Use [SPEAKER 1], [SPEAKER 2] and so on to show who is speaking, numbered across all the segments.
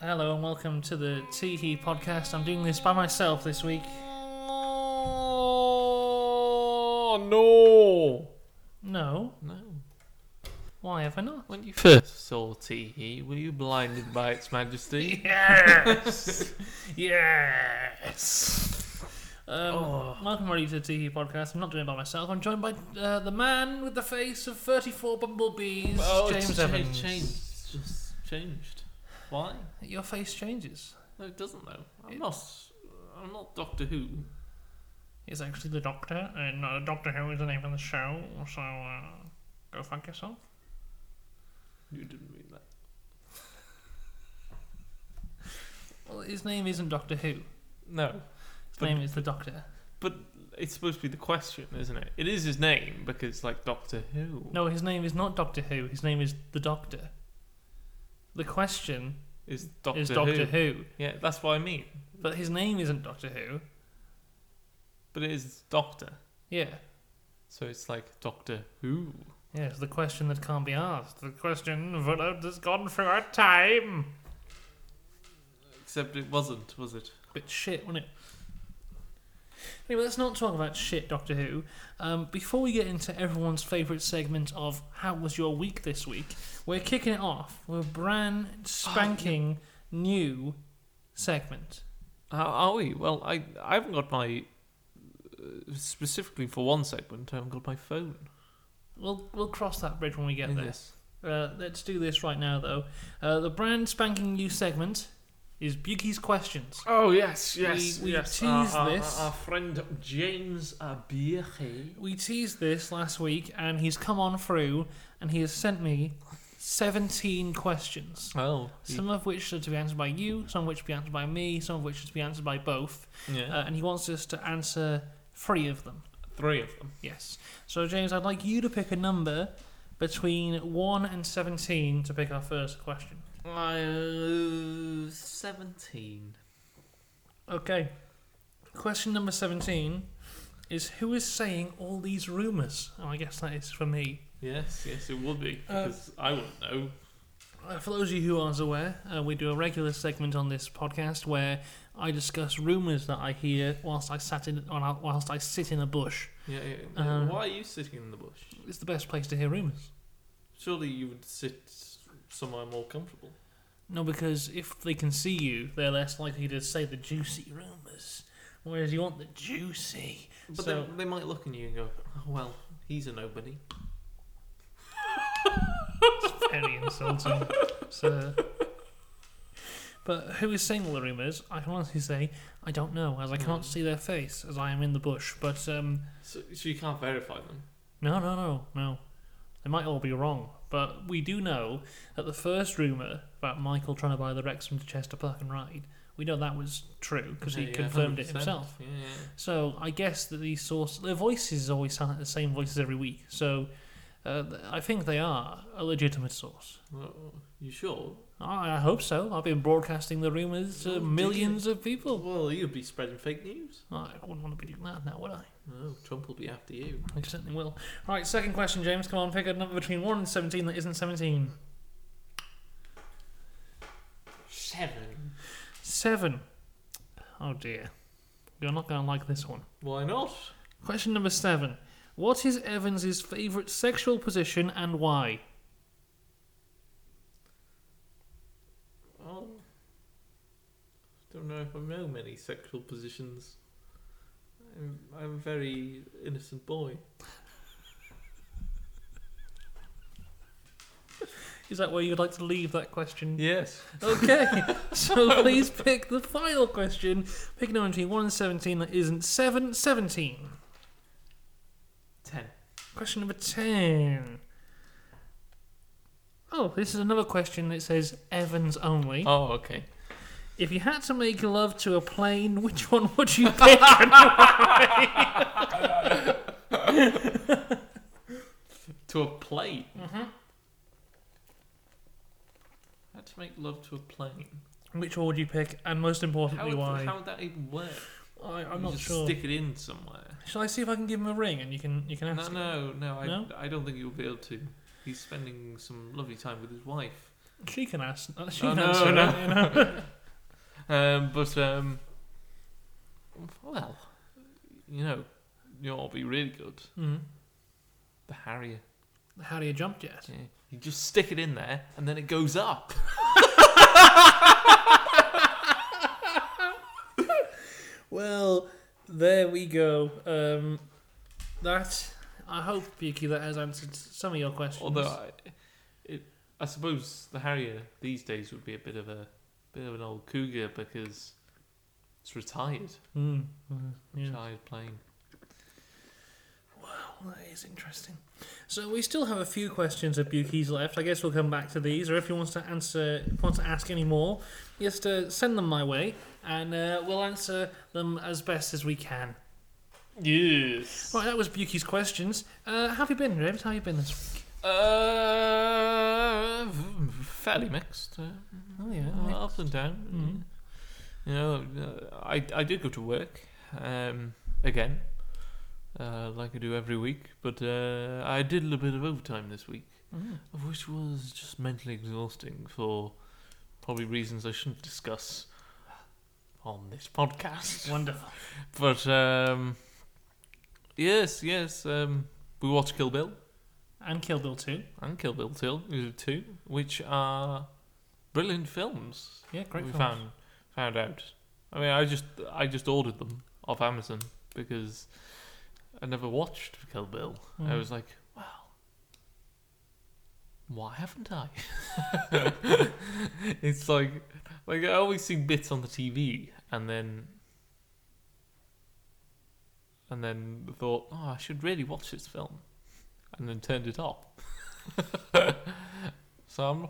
[SPEAKER 1] Hello and welcome to the Teehee podcast. I'm doing this by myself this week.
[SPEAKER 2] Oh,
[SPEAKER 1] No,
[SPEAKER 2] no. No.
[SPEAKER 1] why have I not?
[SPEAKER 2] When you first saw Teehee, were you blinded by its majesty?
[SPEAKER 1] Yes, yes. Um, Welcome, everybody, to the Teehee podcast. I'm not doing it by myself. I'm joined by uh, the man with the face of 34 bumblebees, James
[SPEAKER 2] it's changed-
[SPEAKER 1] Evans.
[SPEAKER 2] Changed. It's just changed. Why?
[SPEAKER 1] Your face changes.
[SPEAKER 2] No, it doesn't though. I'm
[SPEAKER 1] It-
[SPEAKER 2] not. I'm not Doctor Who.
[SPEAKER 1] He's actually the Doctor, and not the Doctor Who is the name of the show. So uh, go fuck yourself.
[SPEAKER 2] You didn't mean that.
[SPEAKER 1] Well, his name isn't Doctor Who. His
[SPEAKER 2] No, But-
[SPEAKER 1] name is the Doctor.
[SPEAKER 2] but it's supposed to be the question, isn't it? It is his name because, like, Doctor Who.
[SPEAKER 1] No, his name is not Doctor Who. His name is the Doctor. The question
[SPEAKER 2] is Doctor,
[SPEAKER 1] is Doctor
[SPEAKER 2] Who.
[SPEAKER 1] Who.
[SPEAKER 2] Yeah, that's what I mean.
[SPEAKER 1] but his name isn't Doctor Who.
[SPEAKER 2] But it is Doctor,
[SPEAKER 1] Yeah,
[SPEAKER 2] so it's like Doctor Who.
[SPEAKER 1] yeah. It's the question that can't be asked. The question that has gone through our time.
[SPEAKER 2] Except it wasn't, was it?
[SPEAKER 1] Bit shit, wasn't it? Anyway, let's not talk about shit, Doctor Who. Um, before we get into everyone's favourite segment of how was your week this week, we're kicking it off with a brand spanking
[SPEAKER 2] Oh,
[SPEAKER 1] new segment.
[SPEAKER 2] How are we? Well, I I haven't got my uh, specifically for one segment. I haven't got my phone.
[SPEAKER 1] We'll we'll cross that bridge when we get
[SPEAKER 2] in
[SPEAKER 1] there. Uh, let's do this right now, though. Uh, the brand spanking new segment is Bukey's questions.
[SPEAKER 2] Oh yes,
[SPEAKER 1] yes, We- we yes. teased this.
[SPEAKER 2] Our, friend James Abierhe.
[SPEAKER 1] We teased this last week, and he's come on through, and he has sent me 17 questions.
[SPEAKER 2] Oh,
[SPEAKER 1] Some of which are to be answered by you, some of which to be answered by me, some of which are to be answered by both.
[SPEAKER 2] yeah,
[SPEAKER 1] Uh, and he wants us to answer three of them.
[SPEAKER 2] three of them.
[SPEAKER 1] Yes. So, James, I'd like you to pick a number between 1 and 17 to pick our first question.
[SPEAKER 2] Uh, Seventeen.
[SPEAKER 1] Okay. Question number 17 is Who is saying all these rumours? Oh, I guess that is for me.
[SPEAKER 2] Yes, yes, it would be
[SPEAKER 1] Uh,
[SPEAKER 2] because I wouldn't know.
[SPEAKER 1] Uh, for those of you who aren't aware, uh, we do a regular segment on this podcast where I discuss rumours that I hear whilst I sat in on a, whilst I sit in a bush.
[SPEAKER 2] Yeah, yeah, Uh,
[SPEAKER 1] um,
[SPEAKER 2] why are you sitting in the bush?
[SPEAKER 1] It's the best place to hear rumours.
[SPEAKER 2] Surely you would sit somewhere more comfortable.
[SPEAKER 1] No, because if they can see you, they're less likely to say the juicy rumours. Whereas you want the juicy.
[SPEAKER 2] But
[SPEAKER 1] So-
[SPEAKER 2] then they might look at you and go, oh, "Well, he's a nobody."
[SPEAKER 1] very insulting, sir. But who is saying all the rumours? I can honestly say I don't know, as I can't
[SPEAKER 2] Hmm.
[SPEAKER 1] see their face as I am in the bush. But um,
[SPEAKER 2] So, so you can't verify them.
[SPEAKER 1] no, no, no, no. They might all be wrong, but we do know that the first rumour about Michael trying to buy the Wrexham to Chester Park and Ride, we know that was true because he
[SPEAKER 2] Yeah, yeah,
[SPEAKER 1] confirmed it
[SPEAKER 2] 100%.
[SPEAKER 1] himself.
[SPEAKER 2] Yeah, yeah.
[SPEAKER 1] So I guess that these source their voices always sound like the same voices every week. So uh, th- I think they are a legitimate source.
[SPEAKER 2] Well, you sure?
[SPEAKER 1] I I hope so. I've been broadcasting the rumours
[SPEAKER 2] Oh,
[SPEAKER 1] to
[SPEAKER 2] did
[SPEAKER 1] millions of people.
[SPEAKER 2] Well, you'd be spreading fake news.
[SPEAKER 1] I wouldn't want to be doing that now, would I?
[SPEAKER 2] No, Trump will be after you.
[SPEAKER 1] I certainly will. All right, second question, James. Come on, pick a number between 1 and 17 that isn't 17.
[SPEAKER 2] Seven.
[SPEAKER 1] 7. Oh dear. You're not going to like this one.
[SPEAKER 2] Why not?
[SPEAKER 1] Question number 7. What is Evans's favourite sexual position and why?
[SPEAKER 2] Well, don't know if I know many sexual positions. I'm, I'm a very innocent boy.
[SPEAKER 1] Is that where you'd like to leave that question?
[SPEAKER 2] Yes.
[SPEAKER 1] Okay, so please pick the final question. Pick a number between 1 and 17 that isn't 7, 17.
[SPEAKER 2] Ten.
[SPEAKER 1] Question number 10. Oh, this is another question that says Evans only.
[SPEAKER 2] Oh, okay.
[SPEAKER 1] If you had to make love to a plane, which one would you pick Mm-hmm. and why?
[SPEAKER 2] To a plane. Mm-hmm. How to make love to a plane?
[SPEAKER 1] Which one would you pick and most
[SPEAKER 2] How
[SPEAKER 1] importantly,
[SPEAKER 2] would,
[SPEAKER 1] why?
[SPEAKER 2] how would that even work?
[SPEAKER 1] I, I'm
[SPEAKER 2] You
[SPEAKER 1] not
[SPEAKER 2] just
[SPEAKER 1] sure.
[SPEAKER 2] Stick it in somewhere.
[SPEAKER 1] Shall I see if I can give him a ring and you can you can
[SPEAKER 2] No,
[SPEAKER 1] ask? him?
[SPEAKER 2] no, no. I,
[SPEAKER 1] No?
[SPEAKER 2] I don't think you'll be able to. He's spending some lovely time with his wife.
[SPEAKER 1] She can ask. uh, She
[SPEAKER 2] Oh,
[SPEAKER 1] can
[SPEAKER 2] no,
[SPEAKER 1] answer.
[SPEAKER 2] no.
[SPEAKER 1] it, you know?
[SPEAKER 2] Um, but um, well, you know, you know what'll be really good?
[SPEAKER 1] Mhm.
[SPEAKER 2] The Harrier.
[SPEAKER 1] How do you jump yet?
[SPEAKER 2] Yeah. You just stick it in there, and then it goes up.
[SPEAKER 1] Well, there we go. Um, that I hope Yuki that has answered some of your questions.
[SPEAKER 2] Although, I, it, I suppose the Harrier these days would be a bit of a bit of an old cougar because it's retired,
[SPEAKER 1] Mm, mm, yeah.
[SPEAKER 2] retired plane.
[SPEAKER 1] Well, that is interesting. So we still have a few questions of Bukey's left. I guess we'll come back to these, or if you wants to answer, wants to ask any more, just uh, send them my way, and uh, we'll answer them as best as we can.
[SPEAKER 2] Yes.
[SPEAKER 1] Right, that was Bukey's questions. Uh, how have you been, James? How have you been this week?
[SPEAKER 2] Uh, fairly mixed. Uh,
[SPEAKER 1] Oh yeah,
[SPEAKER 2] Uh, up and down. You know, uh, I I did go to work um, again, uh, like I do every week. But uh, I did a little bit of overtime this week,
[SPEAKER 1] Mm.
[SPEAKER 2] which was just mentally exhausting for probably reasons I shouldn't discuss on this podcast.
[SPEAKER 1] wonderful.
[SPEAKER 2] But um, yes, yes, um, we watched Kill Bill
[SPEAKER 1] And Kill Bill two.
[SPEAKER 2] and Kill Bill Till two, which are brilliant films
[SPEAKER 1] Yeah, great.
[SPEAKER 2] we
[SPEAKER 1] film.
[SPEAKER 2] found found out. I mean, I just I just ordered them off Amazon because I never watched Kill Bill. I
[SPEAKER 1] Mm.
[SPEAKER 2] was like, well, why haven't I? it's like like I always see bits on the TV and then and then thought, oh, I should really watch this film, and then turned it off. so I'm.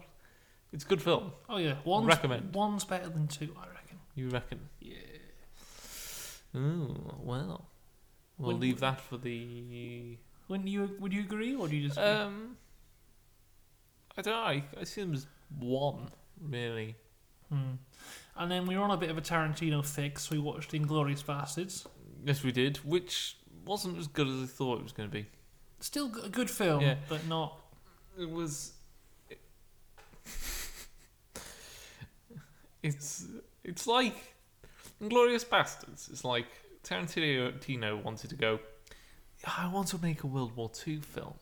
[SPEAKER 2] It's a good film.
[SPEAKER 1] Oh yeah, one's,
[SPEAKER 2] Recommend.
[SPEAKER 1] One's better than two, I reckon.
[SPEAKER 2] You reckon?
[SPEAKER 1] Yeah.
[SPEAKER 2] Ooh, well, we'll
[SPEAKER 1] Well,
[SPEAKER 2] leave that for the.
[SPEAKER 1] Wouldn't you? Would you agree, or do you just?
[SPEAKER 2] Um, I don't know. I, I see them as one, really.
[SPEAKER 1] Hmm. And then we were on a bit of a Tarantino fix. We watched Inglorious Bastards.
[SPEAKER 2] Yes, we did, which wasn't as good as I thought it was going to be.
[SPEAKER 1] Still g- a good film,
[SPEAKER 2] Yeah.
[SPEAKER 1] but not.
[SPEAKER 2] It was. it's it's like Inglorious Bastards. It's like Tarantino Tarantino wanted to go. "Yeah, I want to make a World War Two film.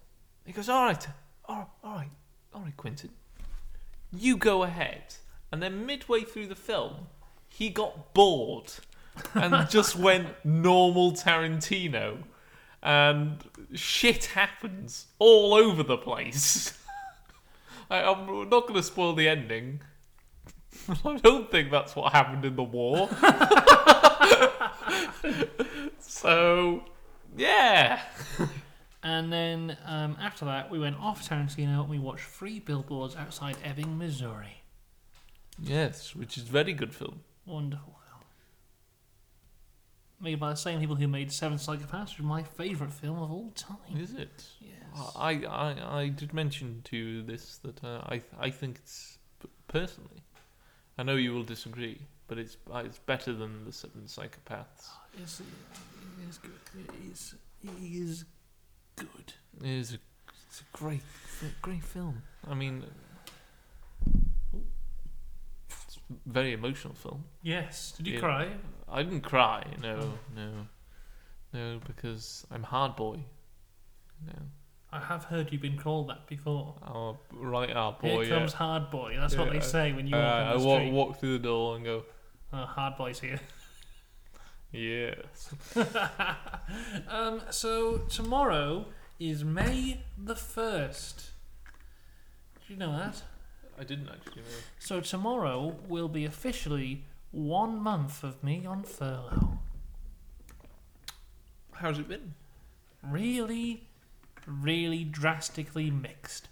[SPEAKER 2] He goes, all right, all all right, all right, Quentin, you go ahead. And then midway through the film, he got bored and just went normal Tarantino, and shit happens all over the place. I, I'm not going to spoil the ending. I don't think that's what happened in the war. so, yeah.
[SPEAKER 1] And then um, after that, we went off Tarantino and we watched Free Billboards Outside Ebbing, Missouri.
[SPEAKER 2] Yes, which is very good film.
[SPEAKER 1] Wonderful film. Made by the same people who made Seven Psychopaths, which is my favourite film of all time.
[SPEAKER 2] Is it?
[SPEAKER 1] Yes.
[SPEAKER 2] I, I, I did mention to you this that uh, I I think it's p- personally, I know you will disagree, but it's uh, it's better than the Seven Psychopaths.
[SPEAKER 1] It's, it is good. It is, it is good.
[SPEAKER 2] It is a, it's a great f- great film. I mean, it's a very emotional film.
[SPEAKER 1] Yes. Did you
[SPEAKER 2] Yeah.
[SPEAKER 1] cry?
[SPEAKER 2] I didn't cry. No,
[SPEAKER 1] Mm.
[SPEAKER 2] no, no, because I'm hard boy. No,
[SPEAKER 1] I have heard you've been called that before.
[SPEAKER 2] our right hard boy.
[SPEAKER 1] Here comes
[SPEAKER 2] yeah.
[SPEAKER 1] hard boy. That's what
[SPEAKER 2] Yeah,
[SPEAKER 1] they say when you
[SPEAKER 2] Uh,
[SPEAKER 1] walk
[SPEAKER 2] I
[SPEAKER 1] down the
[SPEAKER 2] walk
[SPEAKER 1] street.
[SPEAKER 2] walk through the door and go.
[SPEAKER 1] Oh, hard boy's here.
[SPEAKER 2] Yes.
[SPEAKER 1] um, so tomorrow is May the first. Do you know that?
[SPEAKER 2] I didn't actually know.
[SPEAKER 1] So tomorrow will be officially one month of me on furlough.
[SPEAKER 2] How's it been?
[SPEAKER 1] Really, really drastically mixed.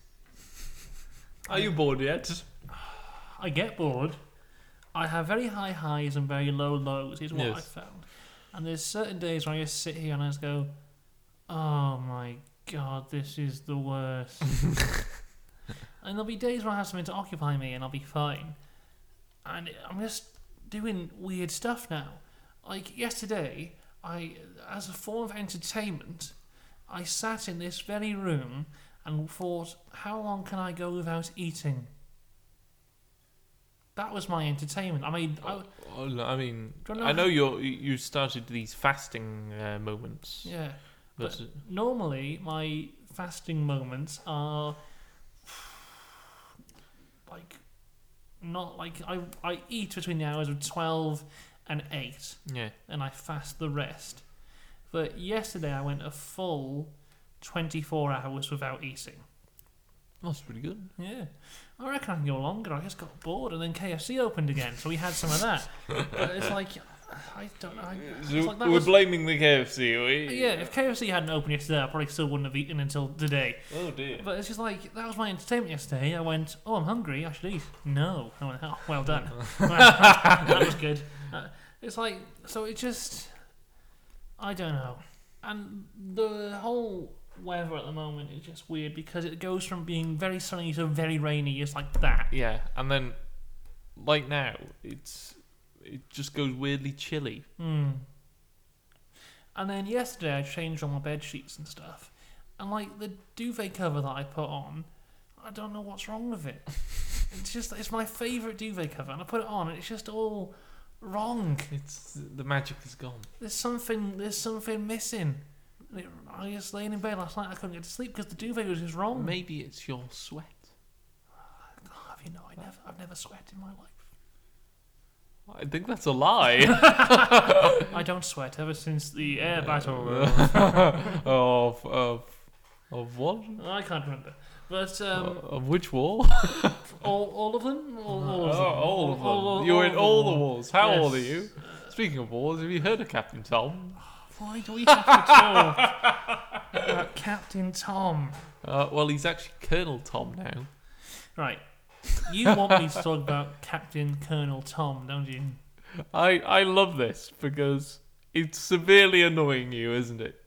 [SPEAKER 2] Are you bored yet?
[SPEAKER 1] I get bored. I have very high highs and very low lows, is what
[SPEAKER 2] Yes.
[SPEAKER 1] I found. And there's certain days where I just sit here and I just go, oh my god, this is the worst. and there'll be days where I have something to occupy me and I'll be fine. And I'm just doing weird stuff now. Like yesterday, I, as a form of entertainment, I sat in this very room and thought, how long can I go without eating? That was my entertainment. I mean, I,
[SPEAKER 2] Well, Oh, I mean,
[SPEAKER 1] Don't know
[SPEAKER 2] I
[SPEAKER 1] how-
[SPEAKER 2] know you you started these fasting uh, moments.
[SPEAKER 1] yeah.
[SPEAKER 2] but
[SPEAKER 1] Normally, my fasting moments are like not like I I eat between the hours of twelve and eight.
[SPEAKER 2] yeah,
[SPEAKER 1] and I fast the rest. But yesterday I went a full 24 hours without eating.
[SPEAKER 2] that's pretty good.
[SPEAKER 1] Yeah. I reckon I can go longer. I just got bored and then KFC opened again, so we had some of that. but it's like, I don't know. I, it's
[SPEAKER 2] So
[SPEAKER 1] like that
[SPEAKER 2] we're
[SPEAKER 1] was- Uh,
[SPEAKER 2] blaming the KFC. Are we?
[SPEAKER 1] yeah, if KFC hadn't opened yesterday, I probably still wouldn't have eaten until today.
[SPEAKER 2] Oh dear.
[SPEAKER 1] But it's just like, that was my entertainment yesterday. I went, oh, I'm hungry. I should eat. No. I went, oh, well done. that was good. Uh, it's like, so it just, I don't know. And the whole weather at the moment is just weird because it goes from being very sunny to very rainy. It's like that.
[SPEAKER 2] Yeah, and then like now, it's it just goes weirdly chilly.
[SPEAKER 1] Hmm. And then yesterday I changed all my bed sheets and stuff. And like the duvet cover that I put on, I don't know what's wrong with it. it's just it's my favourite duvet cover and I put it on and it's just all wrong.
[SPEAKER 2] It's the magic is gone.
[SPEAKER 1] There's something there's something missing. And it- I was laying in bed last night. I couldn't get to sleep because the duvet was just wrong.
[SPEAKER 2] Maybe it's your sweat.
[SPEAKER 1] Have you know? I never, I've never sweat in my life.
[SPEAKER 2] I think that's a lie.
[SPEAKER 1] I don't sweat ever since the air battle.
[SPEAKER 2] of of of what?
[SPEAKER 1] I can't remember, but um,
[SPEAKER 2] of which war?
[SPEAKER 1] all, all of them, all, all of them,
[SPEAKER 2] Oh, all of them.
[SPEAKER 1] All- all-
[SPEAKER 2] you were in all the wars. How
[SPEAKER 1] Yes.
[SPEAKER 2] old are you? Speaking of wars, have you heard of Captain Tom?
[SPEAKER 1] Why do we have to talk about Captain Tom?
[SPEAKER 2] Uh, well, he's actually Colonel Tom now.
[SPEAKER 1] Right, you want me to talk about Captain Colonel Tom, don't you?
[SPEAKER 2] I, I love this because it's severely annoying you, isn't it?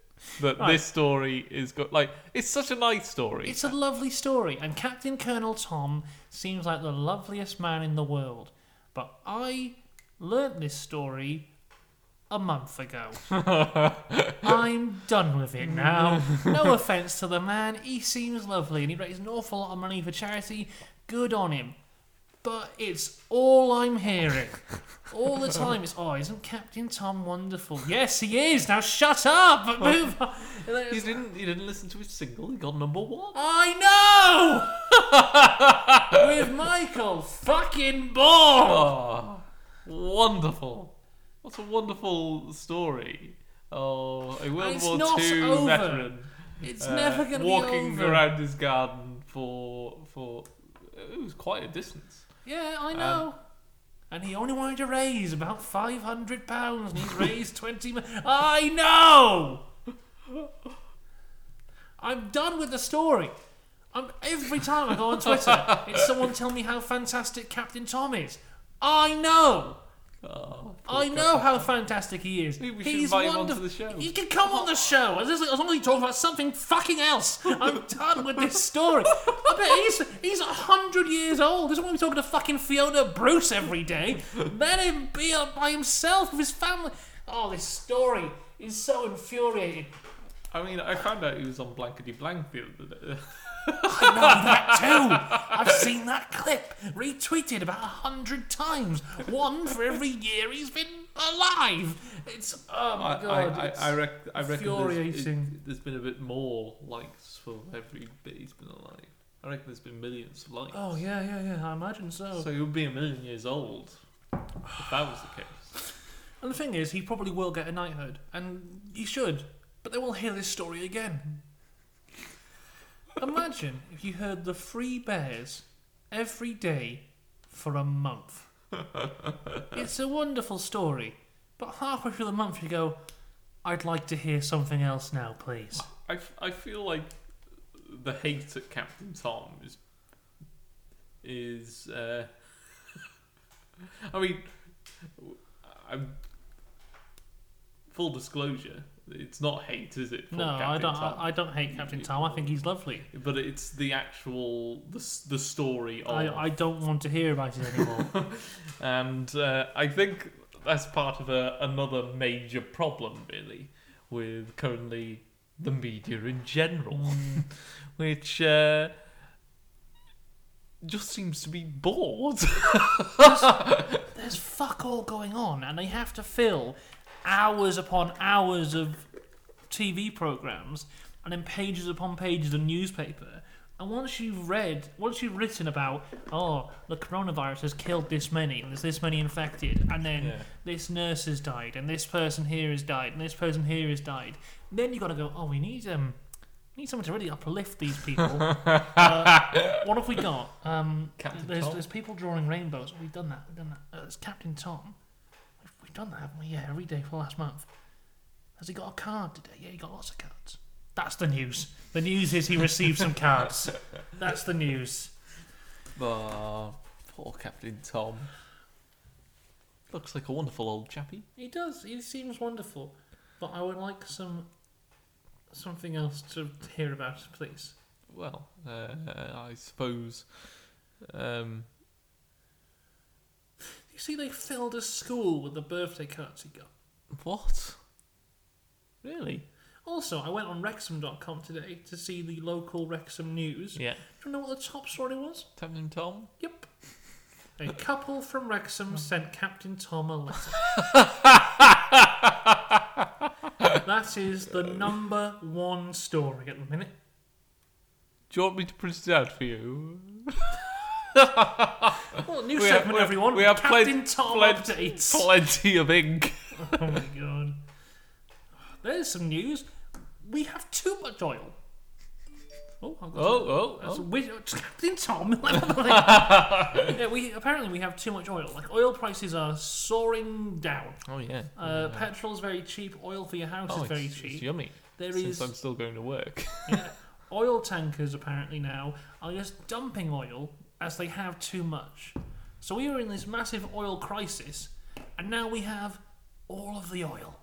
[SPEAKER 2] That
[SPEAKER 1] Right.
[SPEAKER 2] this story is got like it's such a nice story.
[SPEAKER 1] It's a lovely story, and Captain Colonel Tom seems like the loveliest man in the world. But I learnt this story a month ago. I'm done with it now. No offence to the man, he seems lovely and he raised an awful lot of money for charity. Good on him. But it's all I'm hearing. All the time it's, oh, isn't Captain Tom wonderful? Yes, he is. Now shut up. Move on. And then it's
[SPEAKER 2] He didn't he didn't listen to his single. He got number one.
[SPEAKER 1] I know! With Michael fucking Ball!
[SPEAKER 2] Oh, wonderful! What a wonderful story. Oh, a World
[SPEAKER 1] it's
[SPEAKER 2] War
[SPEAKER 1] not
[SPEAKER 2] II
[SPEAKER 1] over.
[SPEAKER 2] veteran.
[SPEAKER 1] It's
[SPEAKER 2] uh,
[SPEAKER 1] never gonna
[SPEAKER 2] walking
[SPEAKER 1] be over.
[SPEAKER 2] around his garden for for it was quite a distance.
[SPEAKER 1] Yeah, I know.
[SPEAKER 2] Um,
[SPEAKER 1] and he only wanted to raise about five hundred pounds, and he's raised twenty. mi- I know. I'm done with the story. I'm, every time I go on Twitter, it's someone tell me how fantastic Captain Tom is. I know.
[SPEAKER 2] Oh, poor
[SPEAKER 1] I know how fantastic he is.
[SPEAKER 2] Maybe we should
[SPEAKER 1] He's
[SPEAKER 2] invite him onto
[SPEAKER 1] wonderful.
[SPEAKER 2] the show.
[SPEAKER 1] He can come on the show as as- as long as he talks about something fucking else. I'm done with this story. I bet he's he's a hundred years old. Doesn't want to be talking to fucking Fiona Bruce every day. Let him be up by himself with his family. Oh, this story is so infuriating.
[SPEAKER 2] I mean, I found out he was on Blankety Blank the other day.
[SPEAKER 1] I know that too. I've seen that clip retweeted about a hundred times. One for every year he's been alive. It's oh
[SPEAKER 2] I,
[SPEAKER 1] my god.
[SPEAKER 2] I, I,
[SPEAKER 1] it's-
[SPEAKER 2] I, rec- I reckon there's,
[SPEAKER 1] infuriating.
[SPEAKER 2] it- there's been a bit more likes for every bit he's been alive. I reckon there's been millions of likes.
[SPEAKER 1] Oh yeah, yeah, yeah. I imagine so.
[SPEAKER 2] So he would be a million years old if that was the case.
[SPEAKER 1] And the thing is, he probably will get a knighthood, and he should. But they will hear this story again. Imagine if you heard the three bears every day for a month. It's a wonderful story, but halfway through the month you go, "I'd like to hear something else now, please."
[SPEAKER 2] I, f- I feel like the hate at Captain Tom is is uh, I mean I'm full disclosure it's not hate is it for
[SPEAKER 1] No,
[SPEAKER 2] Captain
[SPEAKER 1] I don't.
[SPEAKER 2] Tom?
[SPEAKER 1] I, I don't hate Captain Tom. I think he's lovely.
[SPEAKER 2] but it's the actual the, s- the story of
[SPEAKER 1] I, I don't want to hear about it anymore.
[SPEAKER 2] and uh, I think that's part of a, another major problem, really, with currently Mm. the media in general, which uh, just seems to be bored.
[SPEAKER 1] There's fuck all going on, and they have to fill hours upon hours of TV programs, and then pages upon pages of newspaper. And once you've read, once you've written about, oh, the coronavirus has killed this many, and there's this many infected, and then
[SPEAKER 2] Yeah.
[SPEAKER 1] this nurse has died, and this person here has died, and this person here has died, then you got to go, oh, we need um, we need someone to really uplift these people. Uh, what have we got? Um,
[SPEAKER 2] Captain
[SPEAKER 1] there's,
[SPEAKER 2] Tom.
[SPEAKER 1] there's people drawing rainbows. We've done that. We've done that. Uh, it's Captain Tom. We've, we've done that, haven't we? Yeah, every day for the last month. Has he got a card today? Yeah, he got lots of cards. That's the news. The news is he received some cards. That's the news.
[SPEAKER 2] Oh, poor Captain Tom. Looks like a wonderful old chappy.
[SPEAKER 1] He does. He seems wonderful. But I would like some something else to hear about, please.
[SPEAKER 2] Well, uh, I suppose. Um,
[SPEAKER 1] You see, they filled a school with the birthday cards he got.
[SPEAKER 2] what? Really?
[SPEAKER 1] Also, I went on Wrexham.com today to see the local Wrexham news.
[SPEAKER 2] Yeah.
[SPEAKER 1] Do you know what the top story was?
[SPEAKER 2] Captain Tom?
[SPEAKER 1] Yep. A couple from Wrexham sent Captain Tom a letter. that is the number one story at the minute.
[SPEAKER 2] Do you want me to print it out for you?
[SPEAKER 1] Well, new segment,
[SPEAKER 2] We have- we have-
[SPEAKER 1] everyone.
[SPEAKER 2] we have
[SPEAKER 1] Captain
[SPEAKER 2] plen-
[SPEAKER 1] Tom
[SPEAKER 2] plen-
[SPEAKER 1] updates.
[SPEAKER 2] Plenty of ink.
[SPEAKER 1] oh my god. There's some news. We have too much oil. Oh, I've got some-
[SPEAKER 2] Oh, oh,
[SPEAKER 1] That's
[SPEAKER 2] oh.
[SPEAKER 1] weird. It's Captain Tom. yeah, we apparently we have too much oil. Like oil prices are soaring down.
[SPEAKER 2] Oh, yeah.
[SPEAKER 1] Uh, Petrol is very cheap. Oil for your house
[SPEAKER 2] oh,
[SPEAKER 1] is very
[SPEAKER 2] it's, it's
[SPEAKER 1] cheap.
[SPEAKER 2] yummy.
[SPEAKER 1] There
[SPEAKER 2] since
[SPEAKER 1] is
[SPEAKER 2] I'm still going to work.
[SPEAKER 1] oil tankers apparently now are just dumping oil as they have too much. So we are in this massive oil crisis, and now we have all of the oil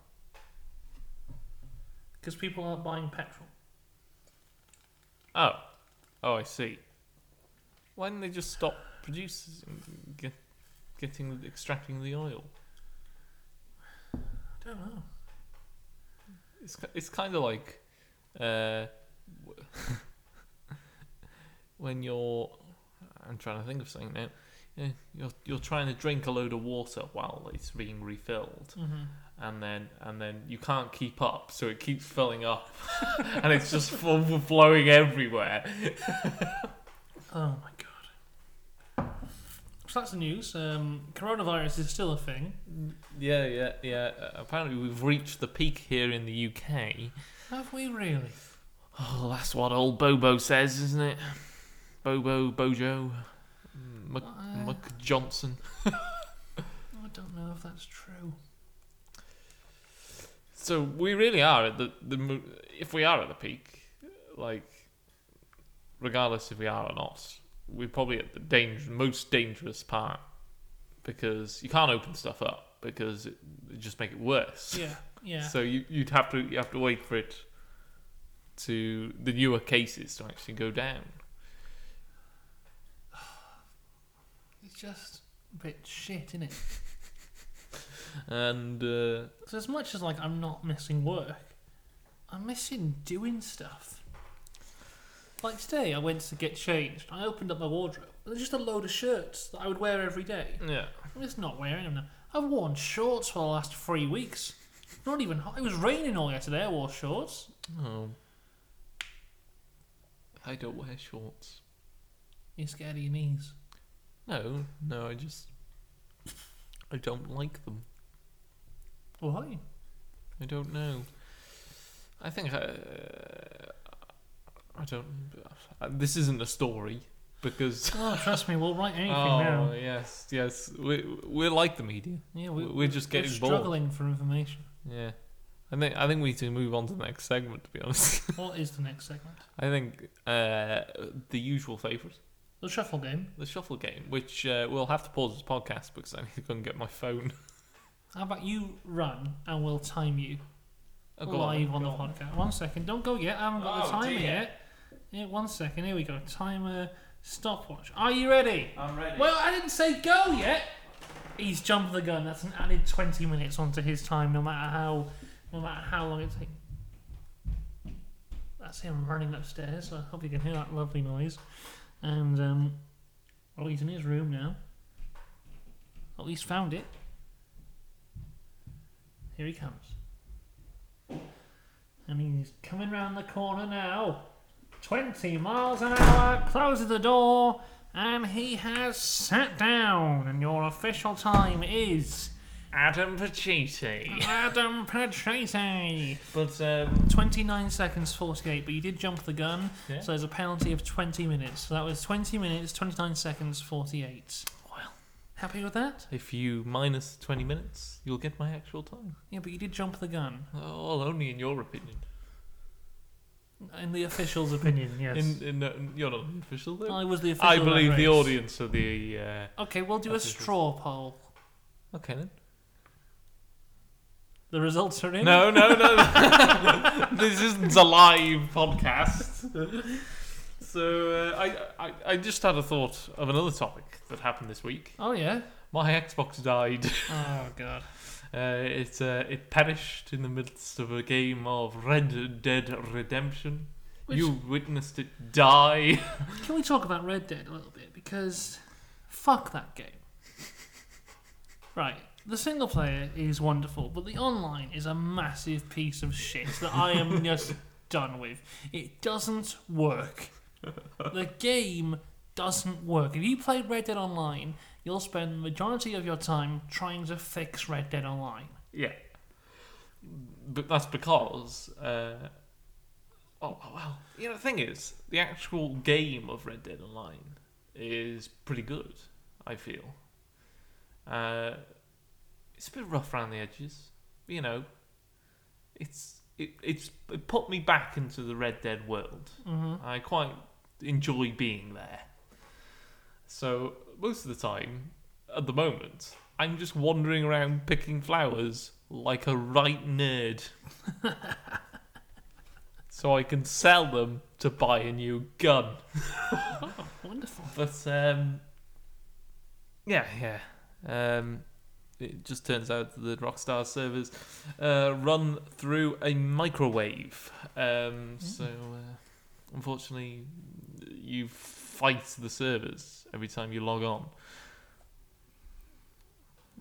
[SPEAKER 1] because people aren't buying petrol.
[SPEAKER 2] Oh. Oh, I see. Why didn't they just stop producing, get, getting, extracting the oil?
[SPEAKER 1] I don't know.
[SPEAKER 2] It's, ki- it's kind of like uh, w- when you're. I'm trying to think of something now. Yeah, You're, you're trying to drink a load of water while it's being refilled, and then and then you can't keep up, so it keeps filling up, and it's just full flowing everywhere.
[SPEAKER 1] Oh my god. So that's the news. Um, coronavirus is still a thing.
[SPEAKER 2] Yeah, yeah, yeah. Uh, apparently, we've reached the peak here in the UK.
[SPEAKER 1] Have we really?
[SPEAKER 2] Oh, that's what old Bobo says, isn't it? Bobo, Bojo, Mc, Mc Johnson.
[SPEAKER 1] Uh, I don't know if that's true.
[SPEAKER 2] So we really are at the the mo- if we are at the peak, like regardless if we are or not, we're probably at the danger, most dangerous part because you can't open stuff up because it, it just make it worse.
[SPEAKER 1] Yeah, yeah.
[SPEAKER 2] So you, you'd have to you have to wait for it to the newer cases to actually go down.
[SPEAKER 1] It's just a bit shit, isn't it?
[SPEAKER 2] And uh,
[SPEAKER 1] So as much as like I'm not missing work, I'm missing doing stuff. Like today, I went to get changed. I opened up my wardrobe. and There's just a load of shirts that I would wear every day.
[SPEAKER 2] yeah,
[SPEAKER 1] I'm just not wearing them now. I've worn shorts for the last three weeks. Not even hot. It was raining all yesterday. I wore shorts.
[SPEAKER 2] oh, I don't wear shorts.
[SPEAKER 1] You're scared of your knees.
[SPEAKER 2] No, no, I just I don't like them.
[SPEAKER 1] Why?
[SPEAKER 2] I don't know. I think I, I don't. uh, This isn't a story because.
[SPEAKER 1] Oh, trust me, we'll write anything
[SPEAKER 2] Oh
[SPEAKER 1] now.
[SPEAKER 2] yes, yes. We we're like the media.
[SPEAKER 1] Yeah,
[SPEAKER 2] We,
[SPEAKER 1] we,
[SPEAKER 2] we're just
[SPEAKER 1] we're
[SPEAKER 2] getting bored.
[SPEAKER 1] struggling for information.
[SPEAKER 2] Yeah, I think I think we need to move on to the next segment. To be honest,
[SPEAKER 1] What is the next segment?
[SPEAKER 2] I think uh, the usual favourite,
[SPEAKER 1] The shuffle game.
[SPEAKER 2] the shuffle game, which uh, we'll have to pause this podcast because I need to go and get my phone.
[SPEAKER 1] How about you run and we'll time you
[SPEAKER 2] Oh, go on
[SPEAKER 1] live
[SPEAKER 2] then,
[SPEAKER 1] on the
[SPEAKER 2] go on.
[SPEAKER 1] podcast? One second. Don't go yet. I haven't got the
[SPEAKER 2] Oh,
[SPEAKER 1] timer
[SPEAKER 2] dear.
[SPEAKER 1] yet. Yeah, one second. Here we go. Timer. Stopwatch. Are you ready?
[SPEAKER 2] I'm ready.
[SPEAKER 1] Well, I didn't say go yet. He's jumped the gun. That's an added 20 minutes onto his time, no matter how, no matter how long it takes. That's him running upstairs. I hope you can hear that lovely noise. And um, Oh, he's in his room now. Oh, he's found it. Here he comes. And he's coming round the corner now. 20 miles an hour, closes the door, and he has sat down. And your official time is
[SPEAKER 2] Adam Pacitti.
[SPEAKER 1] Adam Patrese.
[SPEAKER 2] But um,
[SPEAKER 1] 29 seconds 48, but you did jump the gun,
[SPEAKER 2] Yeah.
[SPEAKER 1] so there's a penalty of 20 minutes. So that was 20 minutes, 29 seconds 48.
[SPEAKER 2] Well.
[SPEAKER 1] Happy with that?
[SPEAKER 2] if you minus twenty minutes, you'll get my actual time.
[SPEAKER 1] Yeah, but you did jump the gun.
[SPEAKER 2] All only in your opinion.
[SPEAKER 1] In the official's opinion, yes.
[SPEAKER 2] In, in, uh, you're not an official though.
[SPEAKER 1] I was the official.
[SPEAKER 2] I
[SPEAKER 1] of that
[SPEAKER 2] believe the
[SPEAKER 1] race.
[SPEAKER 2] audience are the. Uh,
[SPEAKER 1] Okay, we'll do a
[SPEAKER 2] Officials.
[SPEAKER 1] straw poll.
[SPEAKER 2] okay then.
[SPEAKER 1] The results are in.
[SPEAKER 2] No, no, no. this isn't a live podcast. So uh, I, I, I just had a thought of another topic that happened this week.
[SPEAKER 1] Oh, yeah?
[SPEAKER 2] My Xbox died.
[SPEAKER 1] Oh, God.
[SPEAKER 2] Uh, it uh, it perished in the midst of a game of Red Dead Redemption.
[SPEAKER 1] Which-
[SPEAKER 2] You witnessed it die.
[SPEAKER 1] Can we talk about Red Dead a little bit? Because fuck that game. right. The single player is wonderful, but the online is a massive piece of shit that I am just done with. It doesn't work. The game doesn't work. If you play Red Dead Online, you'll spend the majority of your time trying to fix Red Dead Online.
[SPEAKER 2] Yeah. But that's because. Uh, oh, oh, well. You know, the thing is, the actual game of Red Dead Online is pretty good, I feel. Uh, it's a bit rough around the edges. You know, it's. It, it's it put me back into the Red Dead world.
[SPEAKER 1] Mm-hmm.
[SPEAKER 2] I quite enjoy being there. So most of the time, at the moment, I'm just wandering around picking flowers like a right nerd. so I can sell them to buy a new gun.
[SPEAKER 1] Wonderful.
[SPEAKER 2] But um yeah, yeah. Um it just turns out that Rockstar servers uh, run through a microwave. Um, So, uh, unfortunately, you fight the servers every time you log on.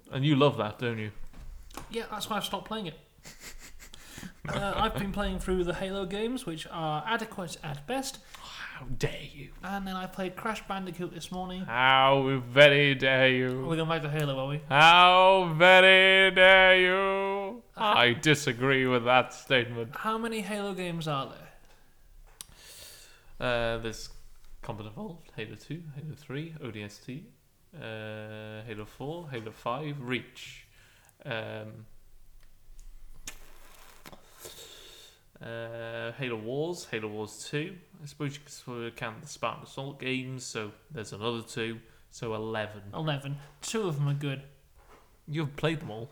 [SPEAKER 2] And you love that, don't you?
[SPEAKER 1] Yeah, that's why I've stopped playing it. uh, I've been playing through the Halo games, which are adequate at best,
[SPEAKER 2] How dare you?
[SPEAKER 1] and then I played Crash Bandicoot this morning.
[SPEAKER 2] How very dare
[SPEAKER 1] We're
[SPEAKER 2] you?
[SPEAKER 1] going back to Halo, are we?
[SPEAKER 2] How very dare you? I disagree with that statement.
[SPEAKER 1] How many Halo games are there?
[SPEAKER 2] Uh, there's Combat Evolved, Halo 2, Halo 3, ODST, uh, Halo 4, Halo 5, Reach. Um, uh, Halo Wars, Halo Wars 2. I suppose you can sort of count the Spartan Assault games, so there's another two, so 11.
[SPEAKER 1] Eleven. Two of them are good.
[SPEAKER 2] You've played them all.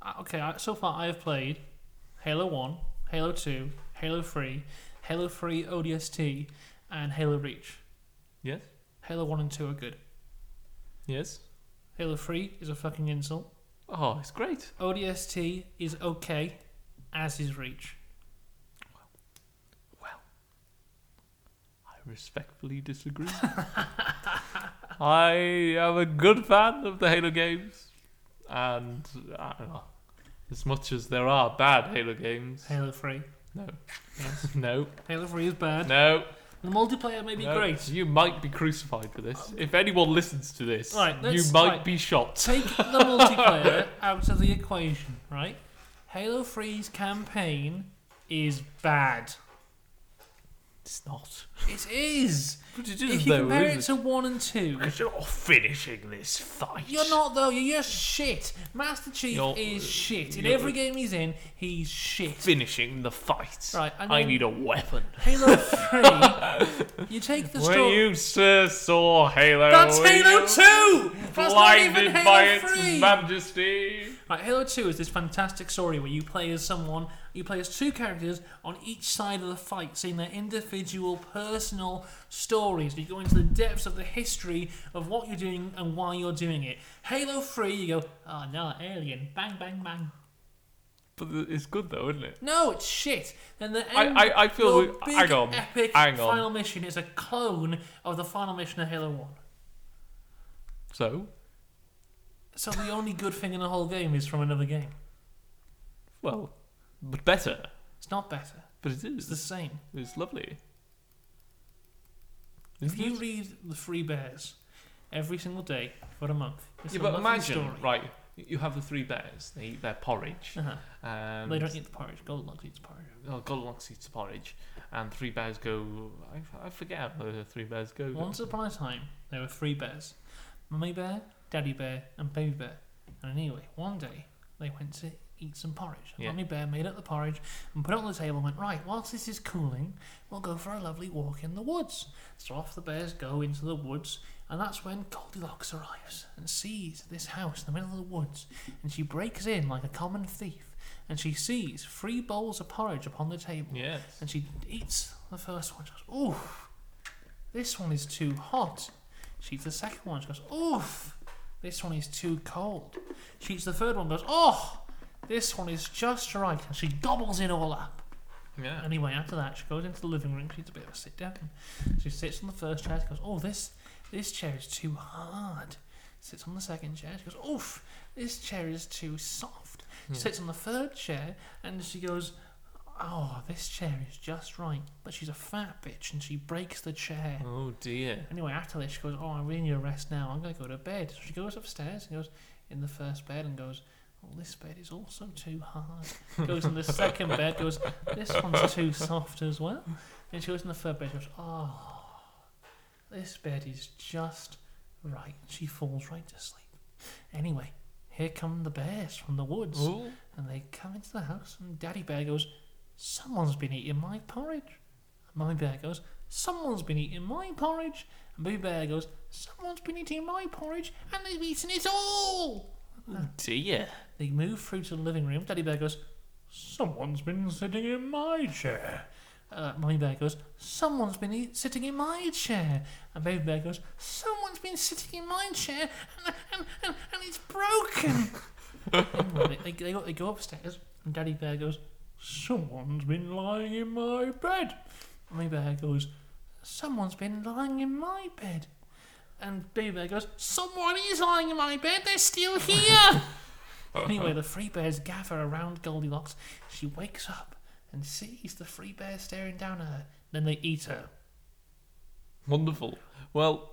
[SPEAKER 1] Uh, Okay, I- so far I have played Halo 1, Halo 2, Halo 3, Halo 3 ODST, and Halo Reach.
[SPEAKER 2] Yes?
[SPEAKER 1] Halo 1 and 2 are good.
[SPEAKER 2] Yes?
[SPEAKER 1] Halo 3 is a fucking insult.
[SPEAKER 2] Oh, it's great.
[SPEAKER 1] ODST is okay, as is Reach.
[SPEAKER 2] I respectfully disagree. I am a good fan of the Halo games, and I don't know, as much as there are bad Halo games,
[SPEAKER 1] Halo 3.
[SPEAKER 2] no, no,
[SPEAKER 1] Halo 3 is bad.
[SPEAKER 2] no,
[SPEAKER 1] The multiplayer may be
[SPEAKER 2] no.
[SPEAKER 1] great.
[SPEAKER 2] You might be crucified for this. If anyone listens to this,
[SPEAKER 1] Right,
[SPEAKER 2] you
[SPEAKER 1] let's-
[SPEAKER 2] might
[SPEAKER 1] right.
[SPEAKER 2] be shot.
[SPEAKER 1] Take the multiplayer out of the equation, right? Halo 3's campaign is bad.
[SPEAKER 2] It's not.
[SPEAKER 1] It is.
[SPEAKER 2] But it
[SPEAKER 1] If
[SPEAKER 2] is
[SPEAKER 1] you
[SPEAKER 2] though,
[SPEAKER 1] compare
[SPEAKER 2] isn't
[SPEAKER 1] it to 1 and 2,
[SPEAKER 2] You're finishing this fight.
[SPEAKER 1] you're not though, you're just shit. Master Chief
[SPEAKER 2] You're-
[SPEAKER 1] is shit. In
[SPEAKER 2] you're-
[SPEAKER 1] every game he's in, he's shit.
[SPEAKER 2] finishing the fight.
[SPEAKER 1] Right, and
[SPEAKER 2] I
[SPEAKER 1] then-
[SPEAKER 2] need a weapon.
[SPEAKER 1] Halo 3, you take the
[SPEAKER 2] When
[SPEAKER 1] story.
[SPEAKER 2] you first saw Halo,
[SPEAKER 1] That's
[SPEAKER 2] were
[SPEAKER 1] Halo
[SPEAKER 2] you
[SPEAKER 1] 2! That's not even
[SPEAKER 2] blinded by
[SPEAKER 1] Halo
[SPEAKER 2] its
[SPEAKER 1] 3!
[SPEAKER 2] majesty.
[SPEAKER 1] Right, Halo 2 is this fantastic story where you play as someone, you play as two characters on each side of the fight, seeing their individual personal stories. You go into the depths of the history of what you're doing and why you're doing it. Halo 3, you go, oh no, alien, bang, bang, bang.
[SPEAKER 2] But it's good though, isn't it?
[SPEAKER 1] No, it's shit. And the
[SPEAKER 2] I-
[SPEAKER 1] end,
[SPEAKER 2] I- I feel
[SPEAKER 1] your
[SPEAKER 2] we-
[SPEAKER 1] big
[SPEAKER 2] hang on,
[SPEAKER 1] epic
[SPEAKER 2] hang on.
[SPEAKER 1] final mission is a clone of the final mission of Halo 1.
[SPEAKER 2] So,
[SPEAKER 1] So the only good thing in the whole game is from another game.
[SPEAKER 2] well, but better.
[SPEAKER 1] It's not better.
[SPEAKER 2] But it
[SPEAKER 1] It's the
[SPEAKER 2] is.
[SPEAKER 1] same.
[SPEAKER 2] It's lovely.
[SPEAKER 1] If
[SPEAKER 2] Isn't
[SPEAKER 1] you
[SPEAKER 2] it?
[SPEAKER 1] read the Three Bears every single day for a month, it's
[SPEAKER 2] yeah,
[SPEAKER 1] a
[SPEAKER 2] but
[SPEAKER 1] monthly
[SPEAKER 2] imagine,
[SPEAKER 1] story.
[SPEAKER 2] right? You have the three bears. They eat their porridge.
[SPEAKER 1] Uh-huh.
[SPEAKER 2] And
[SPEAKER 1] They don't eat the porridge. Goldilocks eats porridge.
[SPEAKER 2] Oh, Goldilocks eats porridge, and three bears go. I, I forget how the three bears go.
[SPEAKER 1] Once upon a time, there were three bears Mummy Bear, Daddy Bear, and Baby Bear. And anyway, one day, they went to eat some porridge.
[SPEAKER 2] Yeah.
[SPEAKER 1] Mummy Bear made up the porridge and put it on the table and went, Right, whilst this is cooling, we'll go for a lovely walk in the woods. So off the bears go into the woods, and that's when Goldilocks arrives and sees this house in the middle of the woods. And she breaks in like a common thief, and she sees three bowls of porridge upon the table
[SPEAKER 2] Yes.
[SPEAKER 1] and she eats the first one. She goes, "Oof, this one is too hot." She eats the second one. She goes, "Oof, this one is too cold." She eats the third one. Goes, "Oh, this one is just right," and she gobbles it all up.
[SPEAKER 2] Yeah.
[SPEAKER 1] Anyway, after that, she goes into the living room. She needs a bit of a sit down. She sits on the first chair. She goes, "Oh, this this chair is too hard." Sits on the second chair. She goes, "Oof, this chair is too soft."
[SPEAKER 2] Yeah.
[SPEAKER 1] Sits on the third chair, and she goes, "Oh, this chair is just right." But she's a fat bitch, and she breaks the chair.
[SPEAKER 2] Oh dear.
[SPEAKER 1] Anyway, after this, she goes, "Oh, I really need a rest now. I'm gonna go to bed." So she goes upstairs and goes in the first bed and goes, "Oh, this bed is also too hard." Goes in the second bed, goes, "This one's too soft as well." Then she goes in the third bed, goes, "Oh, this bed is just right." She falls right to sleep. Anyway, here come the bears from the woods,
[SPEAKER 2] Oh.
[SPEAKER 1] and they come into the house, and Daddy Bear goes, "Someone's been eating my porridge." Mummy Bear goes, Someone's been eating my porridge. And Baby Bear goes, Someone's been eating my porridge and they've eaten it all.
[SPEAKER 2] oh dear.
[SPEAKER 1] They move through to the living room. Daddy Bear goes, Someone's been sitting in my chair. Uh, Mummy Bear goes, Someone's been eat- sitting in my chair. And Baby Bear goes, Someone's been sitting in my chair and, and, and, and it's broken. Anyway, they, they, go, they go upstairs and Daddy Bear goes, Someone's been lying in my bed. Mummy Bear goes, Someone's been lying in my bed. And Baby Bear goes, Someone is lying in my bed, they're still here. anyway, the three bears gather around Goldilocks. She wakes up and sees the three bears staring down at her. Then they eat her.
[SPEAKER 2] Wonderful. Well,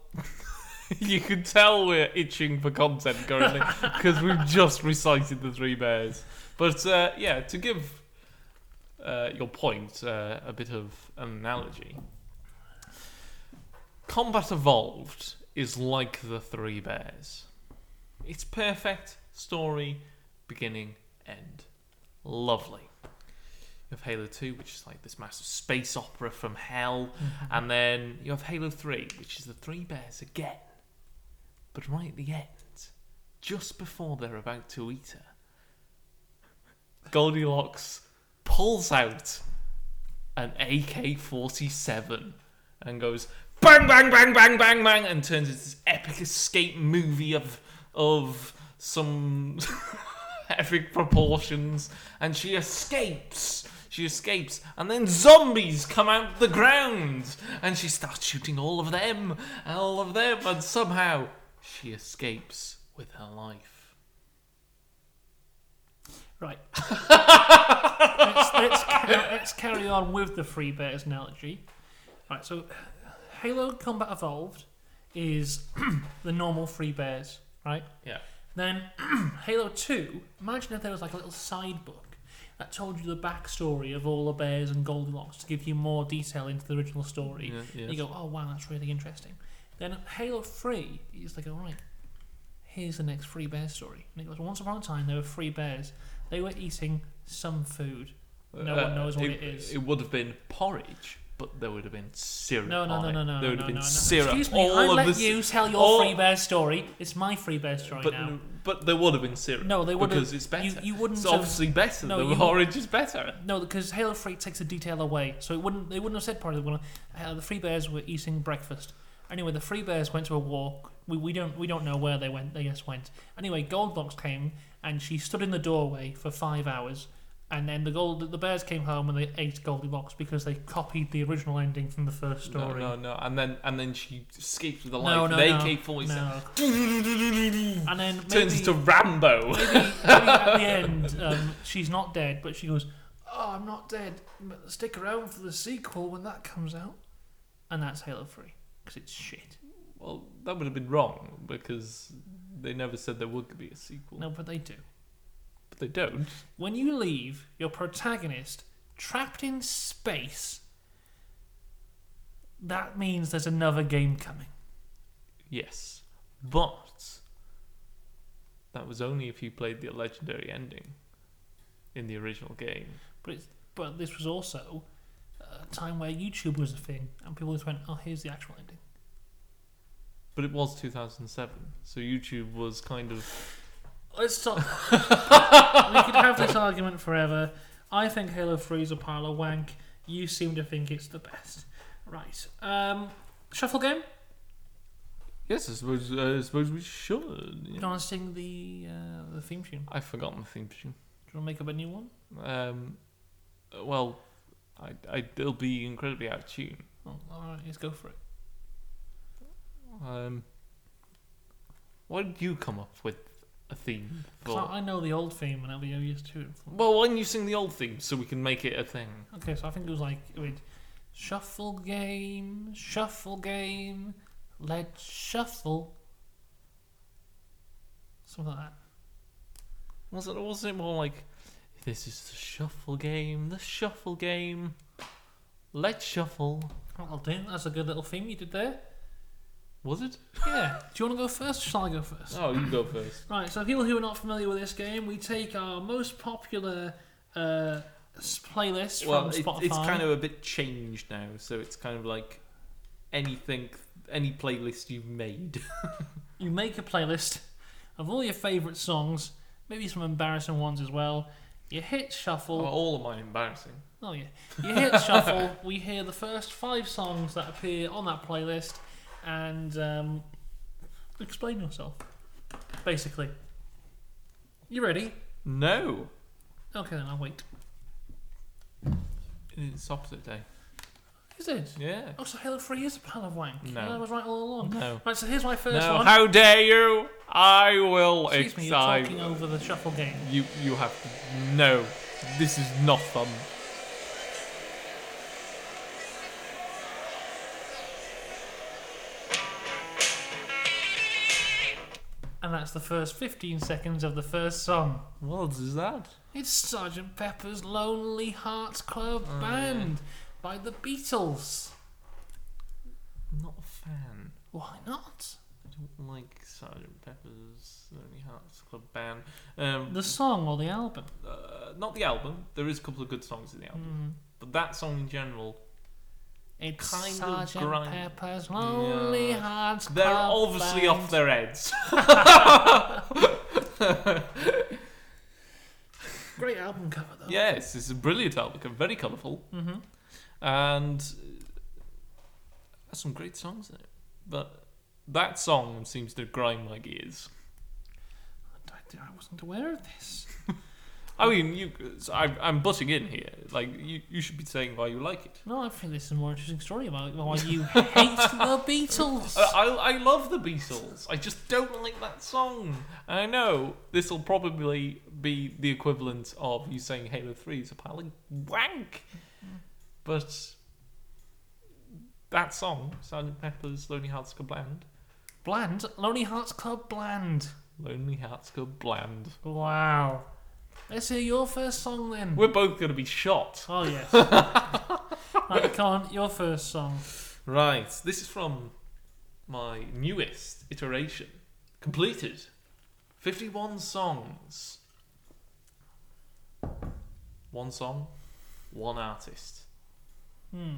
[SPEAKER 2] you can tell we're itching for content currently because we've just recited the three bears. But uh, yeah, to give uh, your point uh, a bit of an analogy, Combat Evolved is like the three bears. It's perfect story, beginning, end. Lovely. You have Halo 2, which is like this massive space opera from hell. And then you have Halo 3, which is the three bears again. But right at the end, just before they're about to eat her, Goldilocks pulls out an AK 47 and goes bang, bang, bang, bang, bang, bang, and turns into this epic escape movie of, of some epic proportions. And she escapes. She escapes, and then zombies come out of the ground, and she starts shooting all of them, and all of them, and somehow she escapes with her life.
[SPEAKER 1] Right. let's, let's, ca- let's carry on with the three bears analogy. Right, so Halo Combat Evolved is the normal three bears, right?
[SPEAKER 2] Yeah.
[SPEAKER 1] Then Halo 2, imagine if there was like a little side book that told you the backstory of all the bears and Goldilocks to give you more detail into the original story.
[SPEAKER 2] Yeah, yes.
[SPEAKER 1] You go, oh wow, that's really interesting. Then Halo 3, it's like, all right, here's the next three bear story. And it goes, once upon a time, there were three bears. They were eating some food. No one knows what it is.
[SPEAKER 2] Uh, It would have been porridge, but there would have been syrup.
[SPEAKER 1] No, no,
[SPEAKER 2] on
[SPEAKER 1] no,
[SPEAKER 2] it.
[SPEAKER 1] no, no.
[SPEAKER 2] There would
[SPEAKER 1] no,
[SPEAKER 2] have been
[SPEAKER 1] no, no.
[SPEAKER 2] syrup.
[SPEAKER 1] Excuse me,
[SPEAKER 2] all
[SPEAKER 1] I
[SPEAKER 2] of
[SPEAKER 1] let
[SPEAKER 2] this,
[SPEAKER 1] you tell your
[SPEAKER 2] all-
[SPEAKER 1] free bear story. It's my free bear story
[SPEAKER 2] but,
[SPEAKER 1] now.
[SPEAKER 2] but there would have been syrup.
[SPEAKER 1] No, they would have-
[SPEAKER 2] because it's better.
[SPEAKER 1] you- you wouldn't
[SPEAKER 2] It's
[SPEAKER 1] have-
[SPEAKER 2] obviously better.
[SPEAKER 1] No,
[SPEAKER 2] the
[SPEAKER 1] you-
[SPEAKER 2] porridge is better.
[SPEAKER 1] No, because Halo Free takes a detail away, so it wouldn't. They wouldn't have said part of the uh, The three bears were eating breakfast. Anyway, the three bears went to a walk. We, we don't we don't know where they went. They just went. Anyway, Goldbox came and she stood in the doorway for five hours And then the gold, the bears came home and they ate Goldilocks because they copied the original ending from the first
[SPEAKER 2] No,
[SPEAKER 1] story.
[SPEAKER 2] no, no. And then and then she escapes with the
[SPEAKER 1] no,
[SPEAKER 2] life.
[SPEAKER 1] no,
[SPEAKER 2] they
[SPEAKER 1] no,
[SPEAKER 2] keep falling.
[SPEAKER 1] no. And then maybe,
[SPEAKER 2] Turns into Rambo.
[SPEAKER 1] maybe, maybe at the end, um, she's not dead, but she goes, "Oh, I'm not dead. but Stick around for the sequel when that comes out." And that's Halo Three because it's shit.
[SPEAKER 2] Well, that would have been wrong because they never said there would be a sequel.
[SPEAKER 1] No, but they do.
[SPEAKER 2] But they don't.
[SPEAKER 1] When you leave your protagonist trapped in space, that means there's another game coming.
[SPEAKER 2] Yes. But that was only if you played the legendary ending in the original game.
[SPEAKER 1] But it's, but this was also a time where YouTube was a thing, and people just went, "Oh, here's the actual ending."
[SPEAKER 2] But it was 2007, so YouTube was kind of.
[SPEAKER 1] Let's stop. we could have this argument forever. I think Halo 3 is a pile of wank. You seem to think it's the best. Right. Um, shuffle game?
[SPEAKER 2] Yes, I suppose, uh, I suppose we should.
[SPEAKER 1] Do you want to sing the, uh, the theme tune?
[SPEAKER 2] I've forgotten the theme tune.
[SPEAKER 1] Do you want to make up a new one?
[SPEAKER 2] Um, well, I, I, it'll be incredibly out of tune.
[SPEAKER 1] Well, Oh, alright, let's go for it.
[SPEAKER 2] Um, why did you come up with a theme
[SPEAKER 1] 'Cause
[SPEAKER 2] for?
[SPEAKER 1] I, I know the old theme and I'll be used to it.
[SPEAKER 2] Well, why don't you sing the old theme so we can make it a thing?
[SPEAKER 1] Okay, so I think it was like, wait, shuffle game, shuffle game, let's shuffle. Something like that.
[SPEAKER 2] Wasn't wasn't it more like this is the shuffle game, the shuffle game. Let's shuffle.
[SPEAKER 1] Well, I'll do. That's a good little theme you did there.
[SPEAKER 2] Was it?
[SPEAKER 1] Yeah. Do you want to go first? Or shall I go first?
[SPEAKER 2] Oh, you go first.
[SPEAKER 1] Right. So, people who are not familiar with this game, we take our most popular uh, s- playlist
[SPEAKER 2] well,
[SPEAKER 1] from
[SPEAKER 2] it,
[SPEAKER 1] Spotify.
[SPEAKER 2] it's kind of a bit changed now, so it's kind of like anything, any playlist you've made.
[SPEAKER 1] you make a playlist of all your favourite songs, maybe some embarrassing ones as well. You hit
[SPEAKER 2] Well,
[SPEAKER 1] shuffle.
[SPEAKER 2] all of mine embarrassing.
[SPEAKER 1] Oh yeah. You hit shuffle. We hear the first five songs that appear on that playlist, and um, explain yourself. Basically. You ready?
[SPEAKER 2] No,
[SPEAKER 1] Okay, then I'll wait.
[SPEAKER 2] it's opposite day.
[SPEAKER 1] Is it?
[SPEAKER 2] Yeah.
[SPEAKER 1] Oh, so Halo 3 is a pile of wank.
[SPEAKER 2] No.
[SPEAKER 1] I was right all along.
[SPEAKER 2] No.
[SPEAKER 1] Right, so here's my first
[SPEAKER 2] No.
[SPEAKER 1] one.
[SPEAKER 2] How dare you? I will
[SPEAKER 1] Excuse me, you're
[SPEAKER 2] excite-
[SPEAKER 1] talking over the shuffle game.
[SPEAKER 2] You you have to no. This is not fun.
[SPEAKER 1] And that's the first 15 seconds of the first song.
[SPEAKER 2] What is that?
[SPEAKER 1] It's Sgt. Pepper's Lonely Hearts Club
[SPEAKER 2] Oh,
[SPEAKER 1] Band by the Beatles.
[SPEAKER 2] Not a fan.
[SPEAKER 1] Why not?
[SPEAKER 2] I don't like Sergeant Pepper's Lonely Hearts Club Band. Um,
[SPEAKER 1] The song or the album?
[SPEAKER 2] uh, not the album. There is a couple of good songs in the album,
[SPEAKER 1] Mm.
[SPEAKER 2] but that song in general.
[SPEAKER 1] It's
[SPEAKER 2] Kind of
[SPEAKER 1] Sergeant
[SPEAKER 2] grind-
[SPEAKER 1] Pepper's Lonely
[SPEAKER 2] Yeah.
[SPEAKER 1] Hearts Club
[SPEAKER 2] They're obviously
[SPEAKER 1] Band.
[SPEAKER 2] off their heads.
[SPEAKER 1] Great album cover, though.
[SPEAKER 2] yes, it's a brilliant album, very colourful,
[SPEAKER 1] hmm
[SPEAKER 2] and uh, has some great songs in it. But that song seems to grind my gears.
[SPEAKER 1] I, I wasn't aware of this.
[SPEAKER 2] I mean, you. uh, so I, I'm butting in here. Like you, you should be saying why you like it.
[SPEAKER 1] No, I think this is a more interesting story about why you hate the Beatles.
[SPEAKER 2] Uh, I, I love the Beatles. I just don't like that song. And I know this will probably be the equivalent of you saying Halo 3 is a pile of wank. But that song, Sgt. Pepper's Lonely Hearts Club Bland,
[SPEAKER 1] Bland, Lonely Hearts Club Bland.
[SPEAKER 2] Lonely Hearts Club Bland.
[SPEAKER 1] Wow. Let's hear your first song then.
[SPEAKER 2] We're both going to be shot.
[SPEAKER 1] Oh yes. right, come on, your first song.
[SPEAKER 2] Right, this is from my newest iteration. Completed. 51 songs. One song, one artist.
[SPEAKER 1] Hmm.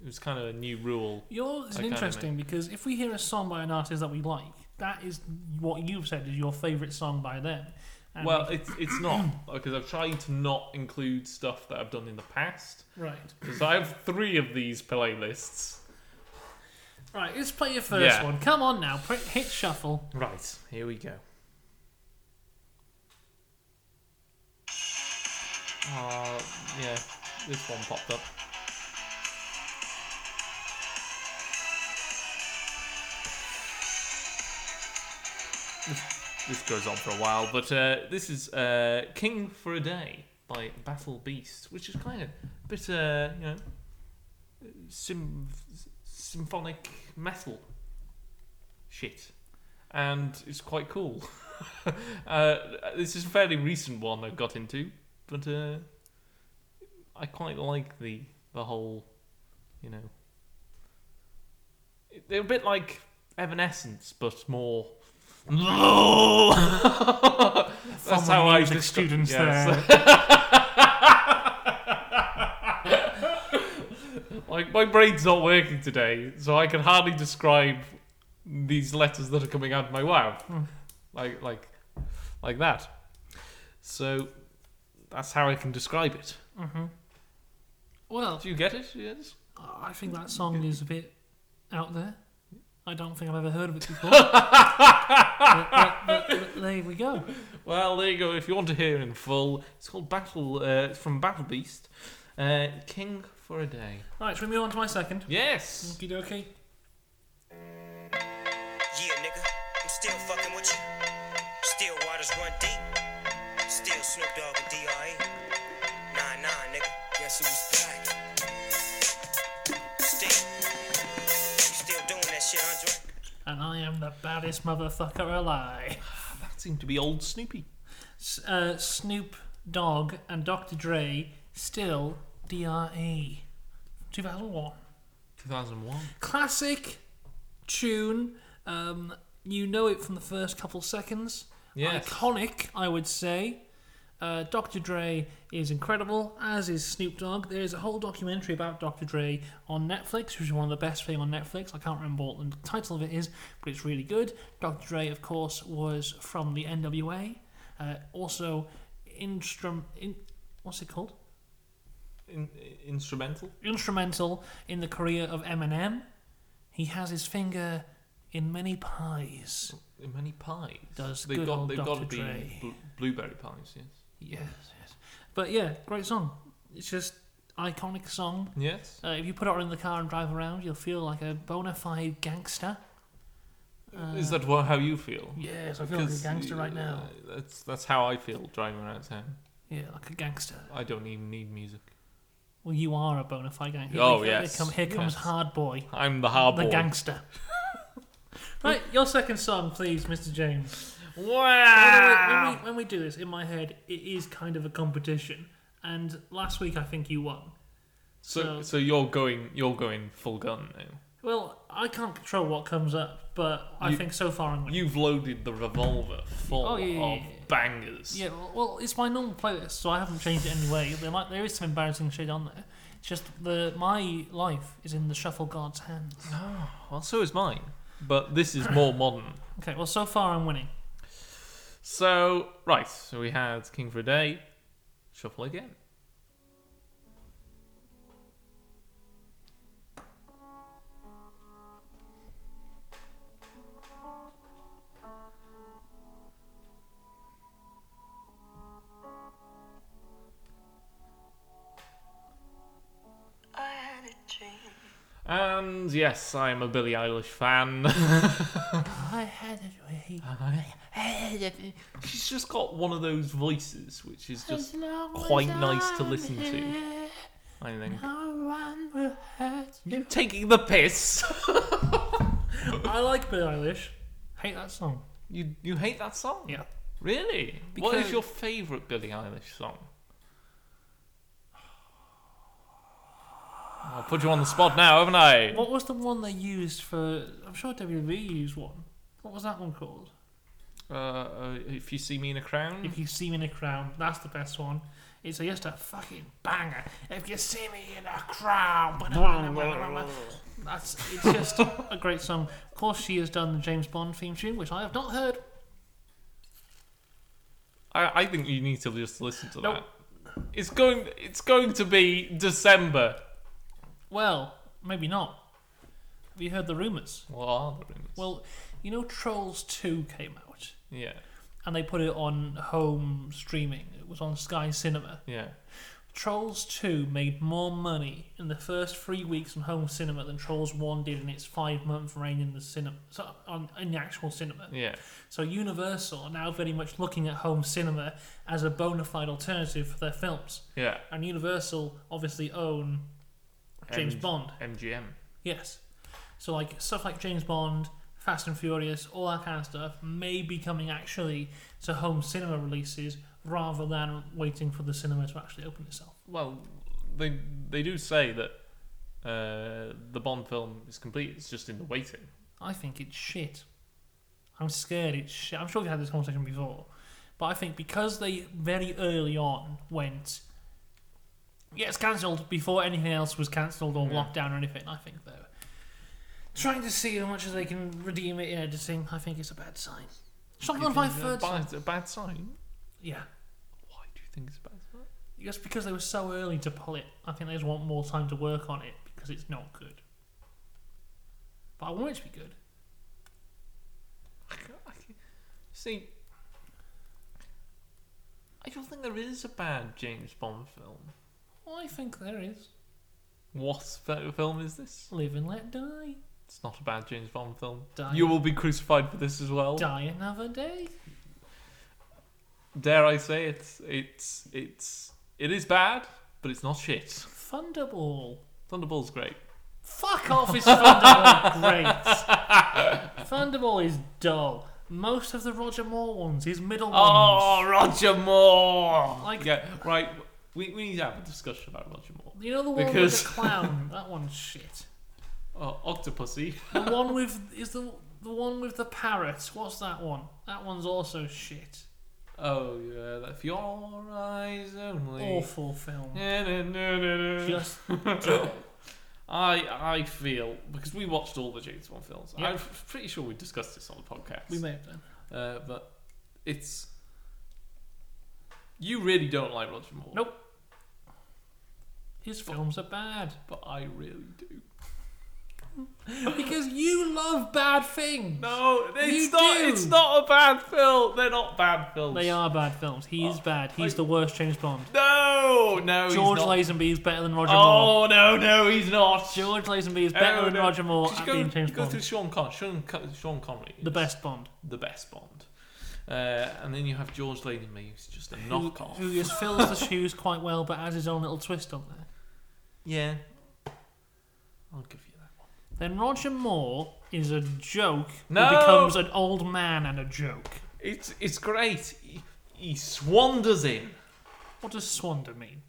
[SPEAKER 2] It was kind of a new rule.
[SPEAKER 1] Yours is
[SPEAKER 2] Okay, mate.
[SPEAKER 1] interesting because if we hear a song by an artist that we like, that is what you've said is your favourite song by them. And
[SPEAKER 2] Well, it's it's not because I've tried to not include stuff that I've done in the past.
[SPEAKER 1] right,
[SPEAKER 2] Because I have three of these playlists.
[SPEAKER 1] right. Let's play your first
[SPEAKER 2] Yeah.
[SPEAKER 1] one. Come on now, prick, hit shuffle.
[SPEAKER 2] Right, here we go. Uh, yeah, this one popped up. This, this goes on for a while, but uh, this is uh, King for a Day by Battle Beast, which is kind of a bit, uh, you know, sym- symphonic metal shit. And it's quite cool. uh, this is a fairly recent one I've got into but uh, I quite like the the whole, you know. They're a bit like Evanescence, but more. That's
[SPEAKER 1] Former
[SPEAKER 2] how I
[SPEAKER 1] music
[SPEAKER 2] descri-
[SPEAKER 1] students
[SPEAKER 2] yes. like my brain's not working today, so I can hardly describe these letters that are coming out of my mouth,
[SPEAKER 1] Hmm.
[SPEAKER 2] like like like that. So that's how I can describe it.
[SPEAKER 1] Mm-hmm. Well,
[SPEAKER 2] Do you get it? Yes.
[SPEAKER 1] I think that song is a bit out there. I don't think I've ever heard of it before. but, but- but there we go.
[SPEAKER 2] Well, there you go. If you want to hear in full, it's called Battle uh, from Battle Beast, uh, King for a Day.
[SPEAKER 1] Right, shall we move on to my second?
[SPEAKER 2] Yes.
[SPEAKER 1] Okie dokie.
[SPEAKER 3] Yeah, nigga, I'm still fucking with you. Still waters run deep. Still Snoop Dogg and DRE. Nah, nah, nigga. Guess who's back? Still. You still doing that shit, Andre?
[SPEAKER 1] And I am the baddest motherfucker alive.
[SPEAKER 2] That seemed to be old Snoopy.
[SPEAKER 1] S- uh, Snoop Dogg and Dr. Dre still E. DRE. 2001.
[SPEAKER 2] 2001.
[SPEAKER 1] Classic tune. Um, you know it from the first couple seconds.
[SPEAKER 2] Yes.
[SPEAKER 1] Iconic, I would say. Uh, Dr. Dre is incredible, as is Snoop Dogg. There is a whole documentary about Dr. Dre on Netflix, which is one of the best thing on Netflix. I can't remember what the title of it is, but it's really good. Dr. Dre, of course, was from the NWA. Uh, also, instrum, in, what's it called?
[SPEAKER 2] In, i- instrumental.
[SPEAKER 1] instrumental in the career of Eminem. He has his finger in many pies.
[SPEAKER 2] Many pies.
[SPEAKER 1] Does
[SPEAKER 2] they've
[SPEAKER 1] good
[SPEAKER 2] got
[SPEAKER 1] old
[SPEAKER 2] they've
[SPEAKER 1] Dr.
[SPEAKER 2] got to
[SPEAKER 1] Dre.
[SPEAKER 2] be bl- blueberry pies? Yes.
[SPEAKER 1] Yes, yes. But yeah, great song. It's just iconic song.
[SPEAKER 2] Yes.
[SPEAKER 1] Uh, if you put it on in the car and drive around, you'll feel like a bona fide gangster.
[SPEAKER 2] Is that wha- how you feel?
[SPEAKER 1] Yes, I feel like a
[SPEAKER 2] 'Cause,
[SPEAKER 1] gangster right
[SPEAKER 2] uh,
[SPEAKER 1] now.
[SPEAKER 2] That's that's how I feel driving around town.
[SPEAKER 1] Yeah, like a gangster.
[SPEAKER 2] I don't even need music.
[SPEAKER 1] Well, you are a bona fide gangster.
[SPEAKER 2] Oh,
[SPEAKER 1] here,
[SPEAKER 2] yes,
[SPEAKER 1] Here, come, here comes
[SPEAKER 2] yes.
[SPEAKER 1] Hard Boy,
[SPEAKER 2] I'm the hard
[SPEAKER 1] the
[SPEAKER 2] boy.
[SPEAKER 1] gangster. right, your second song, please, Mr. James. By the way,
[SPEAKER 2] Wow.
[SPEAKER 1] when, we, when we do this, in my head, it is kind of a competition. And last week, I think you won.
[SPEAKER 2] So
[SPEAKER 1] So-
[SPEAKER 2] so you're going you're going full gun now.
[SPEAKER 1] Well, I can't control what comes up, but I
[SPEAKER 2] You-
[SPEAKER 1] think so far I'm winning.
[SPEAKER 2] You've loaded the revolver full
[SPEAKER 1] Oh, yeah, yeah,
[SPEAKER 2] of
[SPEAKER 1] yeah.
[SPEAKER 2] bangers.
[SPEAKER 1] Yeah, well- well, it's my normal playlist, so I haven't changed it anyway. There, might, there is some embarrassing shit on there. It's just the my life is in the shuffle god's hands.
[SPEAKER 2] Well, so is mine, but this is more modern.
[SPEAKER 1] Okay, well, so far I'm winning.
[SPEAKER 2] So right, so we had King for a Day, shuffle again.
[SPEAKER 4] I had a dream.
[SPEAKER 2] And yes, I am a Billie Eilish fan.
[SPEAKER 1] I had a dream.
[SPEAKER 2] She's just got one of those voices, which is just quite nice to listen to. I think.
[SPEAKER 1] No one will hurt
[SPEAKER 2] You're taking the piss.
[SPEAKER 1] you. I like Billie Eilish. Hate that song.
[SPEAKER 2] you you hate that song?
[SPEAKER 1] Yeah.
[SPEAKER 2] Really? What is
[SPEAKER 1] Because-
[SPEAKER 2] your favourite Billie Eilish song? I'll put you on the spot now, haven't I?
[SPEAKER 1] What was the one they used for? I'm sure WWE used one. What was that one called?
[SPEAKER 2] Uh, uh, if you see me in a crown,
[SPEAKER 1] If you see me in a crown, that's the best one. It's just a fucking banger. If you see me in a crown, that's it's just a great song. Of course, she has done the James Bond theme tune, which I have not heard.
[SPEAKER 2] I, I think you need to just listen to that. It's going. It's going to be December.
[SPEAKER 1] Well, maybe not. Have you heard the rumors?
[SPEAKER 2] What are the rumours?
[SPEAKER 1] Well, you know, Trolls Two came out,
[SPEAKER 2] yeah.
[SPEAKER 1] and they put it on home streaming. It was on Sky Cinema.
[SPEAKER 2] Yeah.
[SPEAKER 1] Trolls 2 made more money in the first three weeks on home cinema than Trolls 1 did in its five month reign in the cinema, so on, in the actual cinema.
[SPEAKER 2] Yeah.
[SPEAKER 1] So Universal are now very much looking at home cinema as a bona fide alternative for their films.
[SPEAKER 2] Yeah.
[SPEAKER 1] And Universal obviously own James
[SPEAKER 2] M-
[SPEAKER 1] Bond.
[SPEAKER 2] MGM.
[SPEAKER 1] Yes. So like stuff like James Bond, Fast and Furious, all that kind of stuff may be coming actually to home cinema releases rather than waiting for the cinema to actually open itself.
[SPEAKER 2] Well, they they do say that uh, the Bond film is complete. It's just in the waiting.
[SPEAKER 1] I think it's shit. I'm scared it's shit. I'm sure we've had this conversation before. But I think because they very early on went, yeah, it's cancelled before anything else was cancelled or
[SPEAKER 2] Yeah.
[SPEAKER 1] locked down or anything, I think they're trying to see how much as they can redeem it in editing. I think it's a bad sign. Shotgun by
[SPEAKER 2] Is it
[SPEAKER 1] third.
[SPEAKER 2] a bad, a bad sign.
[SPEAKER 1] Yeah.
[SPEAKER 2] Why do you think it's a bad sign?
[SPEAKER 1] Just because they were so early to pull it, I think they just want more time to work on it because it's not good. But I want it to be good.
[SPEAKER 2] I can't- I can't- See, I don't think there is a bad James Bond film.
[SPEAKER 1] I think there is.
[SPEAKER 2] What fe- film is this?
[SPEAKER 1] Live and let die.
[SPEAKER 2] It's not a bad James Bond film.
[SPEAKER 1] Die.
[SPEAKER 2] You will be crucified for this as well.
[SPEAKER 1] Die another day.
[SPEAKER 2] Dare I say it's it's it's it is bad, but it's not shit.
[SPEAKER 1] Thunderball.
[SPEAKER 2] Thunderball's great.
[SPEAKER 1] Fuck off, is Thunderball great? Thunderball is dull. Most of the Roger Moore ones, his middle
[SPEAKER 2] Oh,
[SPEAKER 1] ones.
[SPEAKER 2] Roger Moore.
[SPEAKER 1] Like-
[SPEAKER 2] yeah, right. We, we need to have a discussion about Roger Moore.
[SPEAKER 1] You know the one
[SPEAKER 2] because-
[SPEAKER 1] with the clown? That one's shit.
[SPEAKER 2] Oh, Octopussy.
[SPEAKER 1] The one with is the the one with the parrot. What's that one? That one's also shit.
[SPEAKER 2] Oh yeah, that for your eyes only.
[SPEAKER 1] Awful film.
[SPEAKER 2] Na, na, na, na, na.
[SPEAKER 1] Just
[SPEAKER 2] I I feel because we watched all the James Bond films.
[SPEAKER 1] Yeah.
[SPEAKER 2] I'm f- pretty sure we discussed this on the podcast.
[SPEAKER 1] we may have done.
[SPEAKER 2] uh, but it's you really don't like Roger Moore.
[SPEAKER 1] Nope. His films are bad
[SPEAKER 2] but I really do.
[SPEAKER 1] because you love bad things.
[SPEAKER 2] No, it's
[SPEAKER 1] You
[SPEAKER 2] not.
[SPEAKER 1] do.
[SPEAKER 2] It's not a bad film. They're not bad films.
[SPEAKER 1] They are bad films. He
[SPEAKER 2] Oh.
[SPEAKER 1] is bad. He's the worst James Bond.
[SPEAKER 2] No, no.
[SPEAKER 1] George
[SPEAKER 2] he's not.
[SPEAKER 1] Lazenby is better than Roger Moore.
[SPEAKER 2] Oh no, no, he's not.
[SPEAKER 1] George Lazenby is better
[SPEAKER 2] Oh,
[SPEAKER 1] than
[SPEAKER 2] no.
[SPEAKER 1] Roger Moore
[SPEAKER 2] Just
[SPEAKER 1] at
[SPEAKER 2] go,
[SPEAKER 1] being James
[SPEAKER 2] go
[SPEAKER 1] Bond.
[SPEAKER 2] through Sean Con. Sean, Con- Sean Connery.
[SPEAKER 1] The
[SPEAKER 2] is
[SPEAKER 1] best Bond.
[SPEAKER 2] The best Bond. Uh, and then you have George Lazenby, who's just a knockoff.
[SPEAKER 1] Who just fills the shoes quite well but adds his own little twist on there.
[SPEAKER 2] Yeah. I'll give you that one.
[SPEAKER 1] Then Roger Moore is a joke
[SPEAKER 2] No!
[SPEAKER 1] who becomes an old man and a joke.
[SPEAKER 2] It's it's great. He, he swanders in.
[SPEAKER 1] What does swander mean?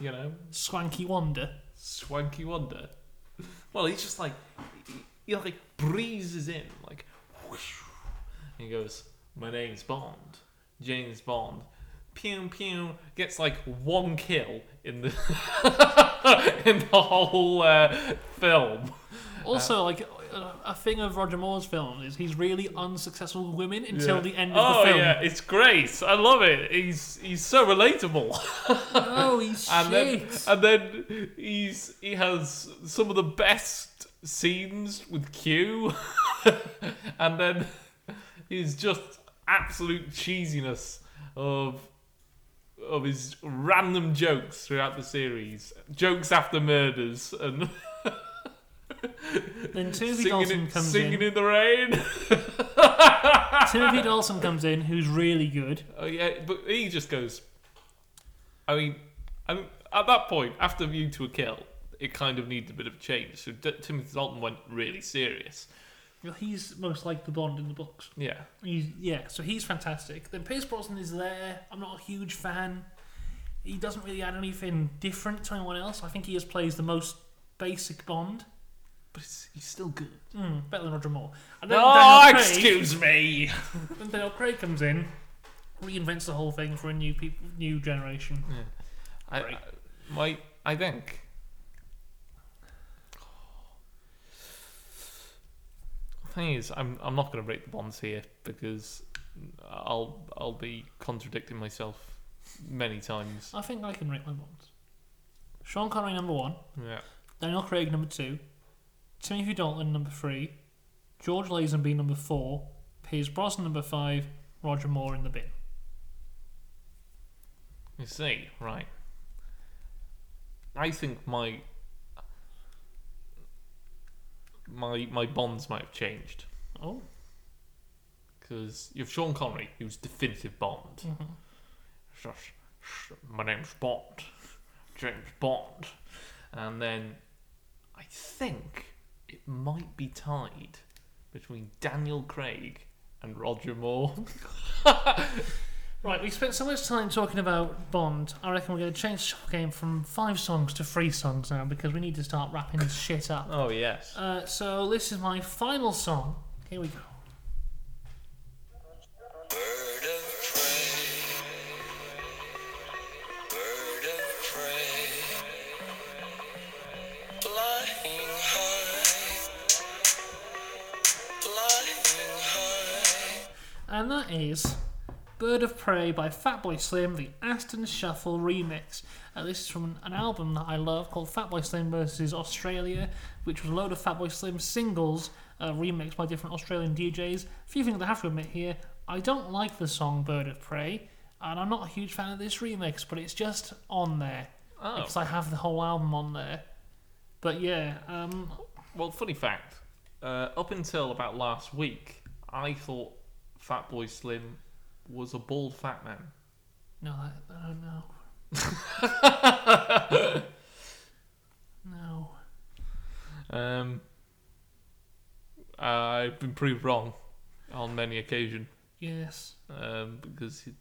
[SPEAKER 2] You know,
[SPEAKER 1] Swanky wander.
[SPEAKER 2] swanky wonder. Well, he's just like he, he like breezes in, like. Whoosh, and he goes, "My name's Bond, James Bond." Pew pew gets like one kill in the in the whole uh, film. Uh,
[SPEAKER 1] Also, like a, a thing of Roger Moore's films is he's really unsuccessful with women until
[SPEAKER 2] Yeah.
[SPEAKER 1] the end of
[SPEAKER 2] oh,
[SPEAKER 1] the film.
[SPEAKER 2] yeah, it's great. I love it. He's he's so relatable.
[SPEAKER 1] Oh, he's
[SPEAKER 2] and then
[SPEAKER 1] shit.
[SPEAKER 2] and then he's he has some of the best scenes with Q, and then he's just absolute cheesiness of of his random jokes throughout the series, jokes after murders, and
[SPEAKER 1] then Timothy
[SPEAKER 2] singing,
[SPEAKER 1] Dalton
[SPEAKER 2] in,
[SPEAKER 1] comes
[SPEAKER 2] singing
[SPEAKER 1] in.
[SPEAKER 2] in the rain.
[SPEAKER 1] Timothy Dalton comes in, who's really good.
[SPEAKER 2] Oh yeah, but he just goes. I mean, I mean, at that point, after View to a Kill, it kind of needed a bit of a change. So D- Timothy Dalton went really serious.
[SPEAKER 1] Well, He's most like the Bond in the books.
[SPEAKER 2] Yeah,
[SPEAKER 1] He's, yeah, so he's fantastic. Then Pierce Brosnan is there. I'm not a huge fan. He doesn't really add anything different to anyone else. I think he just plays the most basic Bond.
[SPEAKER 2] but it's, he's still good.
[SPEAKER 1] Hmm, better than Roger Moore. And then
[SPEAKER 2] Oh,
[SPEAKER 1] Daniel Craig,
[SPEAKER 2] excuse me.
[SPEAKER 1] Then Daniel Craig comes in, reinvents the whole thing for a new peop new generation.
[SPEAKER 2] I, I, my, I think. The thing is, I'm I'm not going to break the bonds here because I'll I'll be contradicting myself many times.
[SPEAKER 1] I think I can rate my Bonds. Sean Connery number one,
[SPEAKER 2] Yeah.
[SPEAKER 1] Daniel Craig number two, Timothy Dalton number three, George Lazenby number four, Piers Brosnan number five, Roger Moore in the bin.
[SPEAKER 2] You see, right. I think my my my bonds might have changed
[SPEAKER 1] Oh,
[SPEAKER 2] because you've Sean Connery, who's definitive Bond. Shush, sh- my name's Bond, James Bond, and then I think it might be tied between Daniel Craig and Roger Moore.
[SPEAKER 1] right. We spent so much time talking about Bond. I reckon we're going to change the game from five songs to three songs now because we need to start wrapping this shit up.
[SPEAKER 2] Oh yes.
[SPEAKER 1] Uh, so this is my final song. Here we go.
[SPEAKER 3] Bird of prey. Bird of prey. Flying high. Flying high.
[SPEAKER 1] And that is Bird of Prey by Fatboy Slim, the Aston Shuffle remix. Uh, this is from an album that I love called Fatboy Slim vs. Australia, which was a load of Fatboy Slim singles uh, remixed by different Australian DJs. A few things I have to admit here I don't like the song Bird of Prey, and I'm not a huge fan of this remix, but it's just on there.
[SPEAKER 2] Oh.
[SPEAKER 1] Because I have the whole album on there. But yeah, um,
[SPEAKER 2] Well, funny fact. Uh, up until about last week, I thought Fatboy Slim was a bald fat man.
[SPEAKER 1] No, I, I don't know. no.
[SPEAKER 2] Um, I've been proved wrong on many occasions
[SPEAKER 1] Yes.
[SPEAKER 2] um, because he,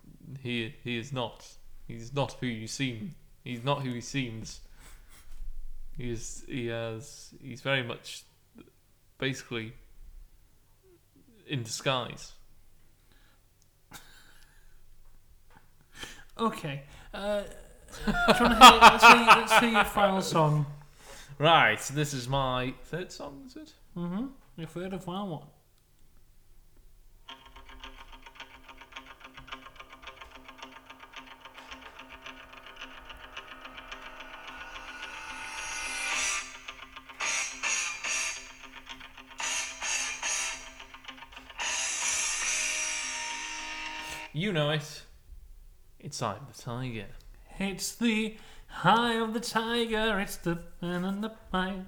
[SPEAKER 2] he he is not. He's not who you seem. He's not who he seems. He is. He has. He's very much, basically, in disguise.
[SPEAKER 1] Okay. Uh, trying to hear, let's, hear, let's hear your final song.
[SPEAKER 2] Right. So this is my third song. Is it?
[SPEAKER 1] Mm-hmm. Your third and final one.
[SPEAKER 2] You know it. It's I'm the Tiger.
[SPEAKER 1] It's the high of the tiger. It's the and then the high.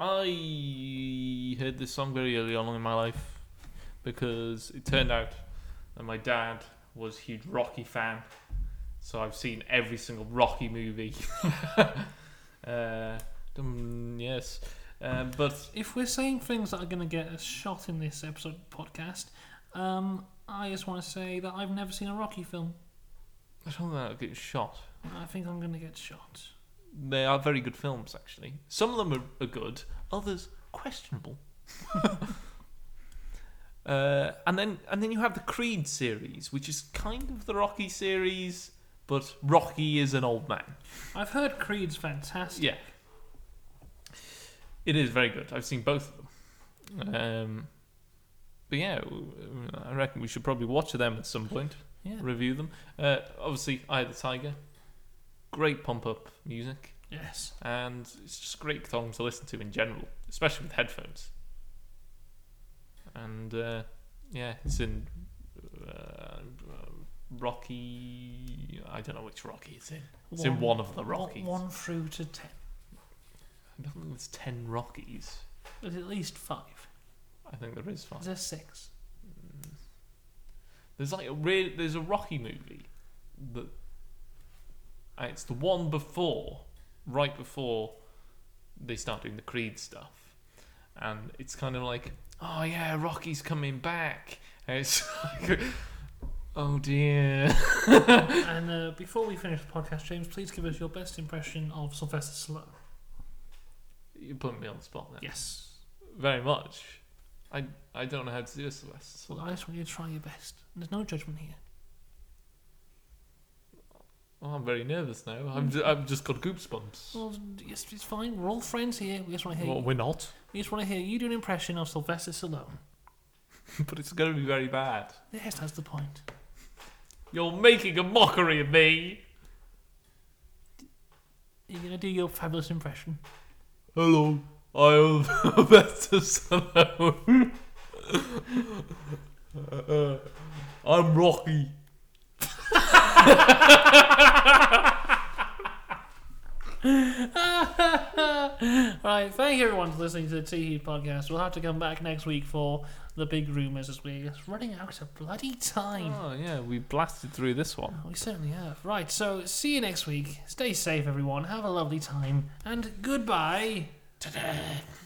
[SPEAKER 2] I heard this song very early on in my life because it turned out that my dad was a huge Rocky fan, so I've seen every single Rocky movie. uh, mm, yes, um, but
[SPEAKER 1] If we're saying things that are going to get us shot in this episode of the podcast, um, I just want to say that I've never seen a Rocky film.
[SPEAKER 2] I don't think that'll get shot.
[SPEAKER 1] I think I'm going to get shot.
[SPEAKER 2] They are very good films, actually. Some of them are, are good, others questionable. uh, and then, and then you have the Creed series, which is kind of the Rocky series, but Rocky is an old man.
[SPEAKER 1] I've heard Creed's fantastic.
[SPEAKER 2] Yeah, it is very good. I've seen both of them. Um, but yeah, w- w- I reckon we should probably watch them at some point.
[SPEAKER 1] Yeah.
[SPEAKER 2] Review them. Uh, obviously, Eye of the Tiger. Great pump up music
[SPEAKER 1] Yes.
[SPEAKER 2] and it's just a great song to listen to in general, especially with headphones. And uh, yeah, it's in uh, Rocky. I don't know which Rocky it's in. It's in one of the Rockies.
[SPEAKER 1] One through to ten.
[SPEAKER 2] I don't think there's ten Rockies.
[SPEAKER 1] There's at least five.
[SPEAKER 2] I think there is five.
[SPEAKER 1] There's six.
[SPEAKER 2] There's like a real. There's a Rocky movie that. uh, It's the one before, right before they start doing the Creed stuff, and it's kind of like, oh yeah, Rocky's coming back. And it's like, oh dear.
[SPEAKER 1] and uh, before we finish the podcast, James, please give us your best impression of Sylvester Stallone.
[SPEAKER 2] You're putting me on the spot now.
[SPEAKER 1] Yes.
[SPEAKER 2] Very much. I I don't know how to do this, Sylvester.
[SPEAKER 1] Well,
[SPEAKER 2] So
[SPEAKER 1] I just want you to try your best. There's no judgment here.
[SPEAKER 2] oh, I'm very nervous now. I'm ju- I've just got goosebumps.
[SPEAKER 1] Well, yes, it's fine. We're all friends here. We just want to hear.
[SPEAKER 2] Well, we're not.
[SPEAKER 1] we just want to hear you do an impression of Sylvester Stallone.
[SPEAKER 2] but it's going to be very bad.
[SPEAKER 1] Yes, that's the point.
[SPEAKER 2] You're making a mockery of me.
[SPEAKER 1] You're gonna do your fabulous impression.
[SPEAKER 2] Hello, I am Sylvester Stallone. Uh, I'm Rocky.
[SPEAKER 1] right, thank you everyone for listening to the Tea Heat podcast. We'll have to come back next week for the big rumours as we're just running out of bloody time.
[SPEAKER 2] Oh yeah, we blasted through this one.
[SPEAKER 1] We certainly have. Right, so see you next week. Stay safe, everyone. Have a lovely time, and goodbye. Ta-da.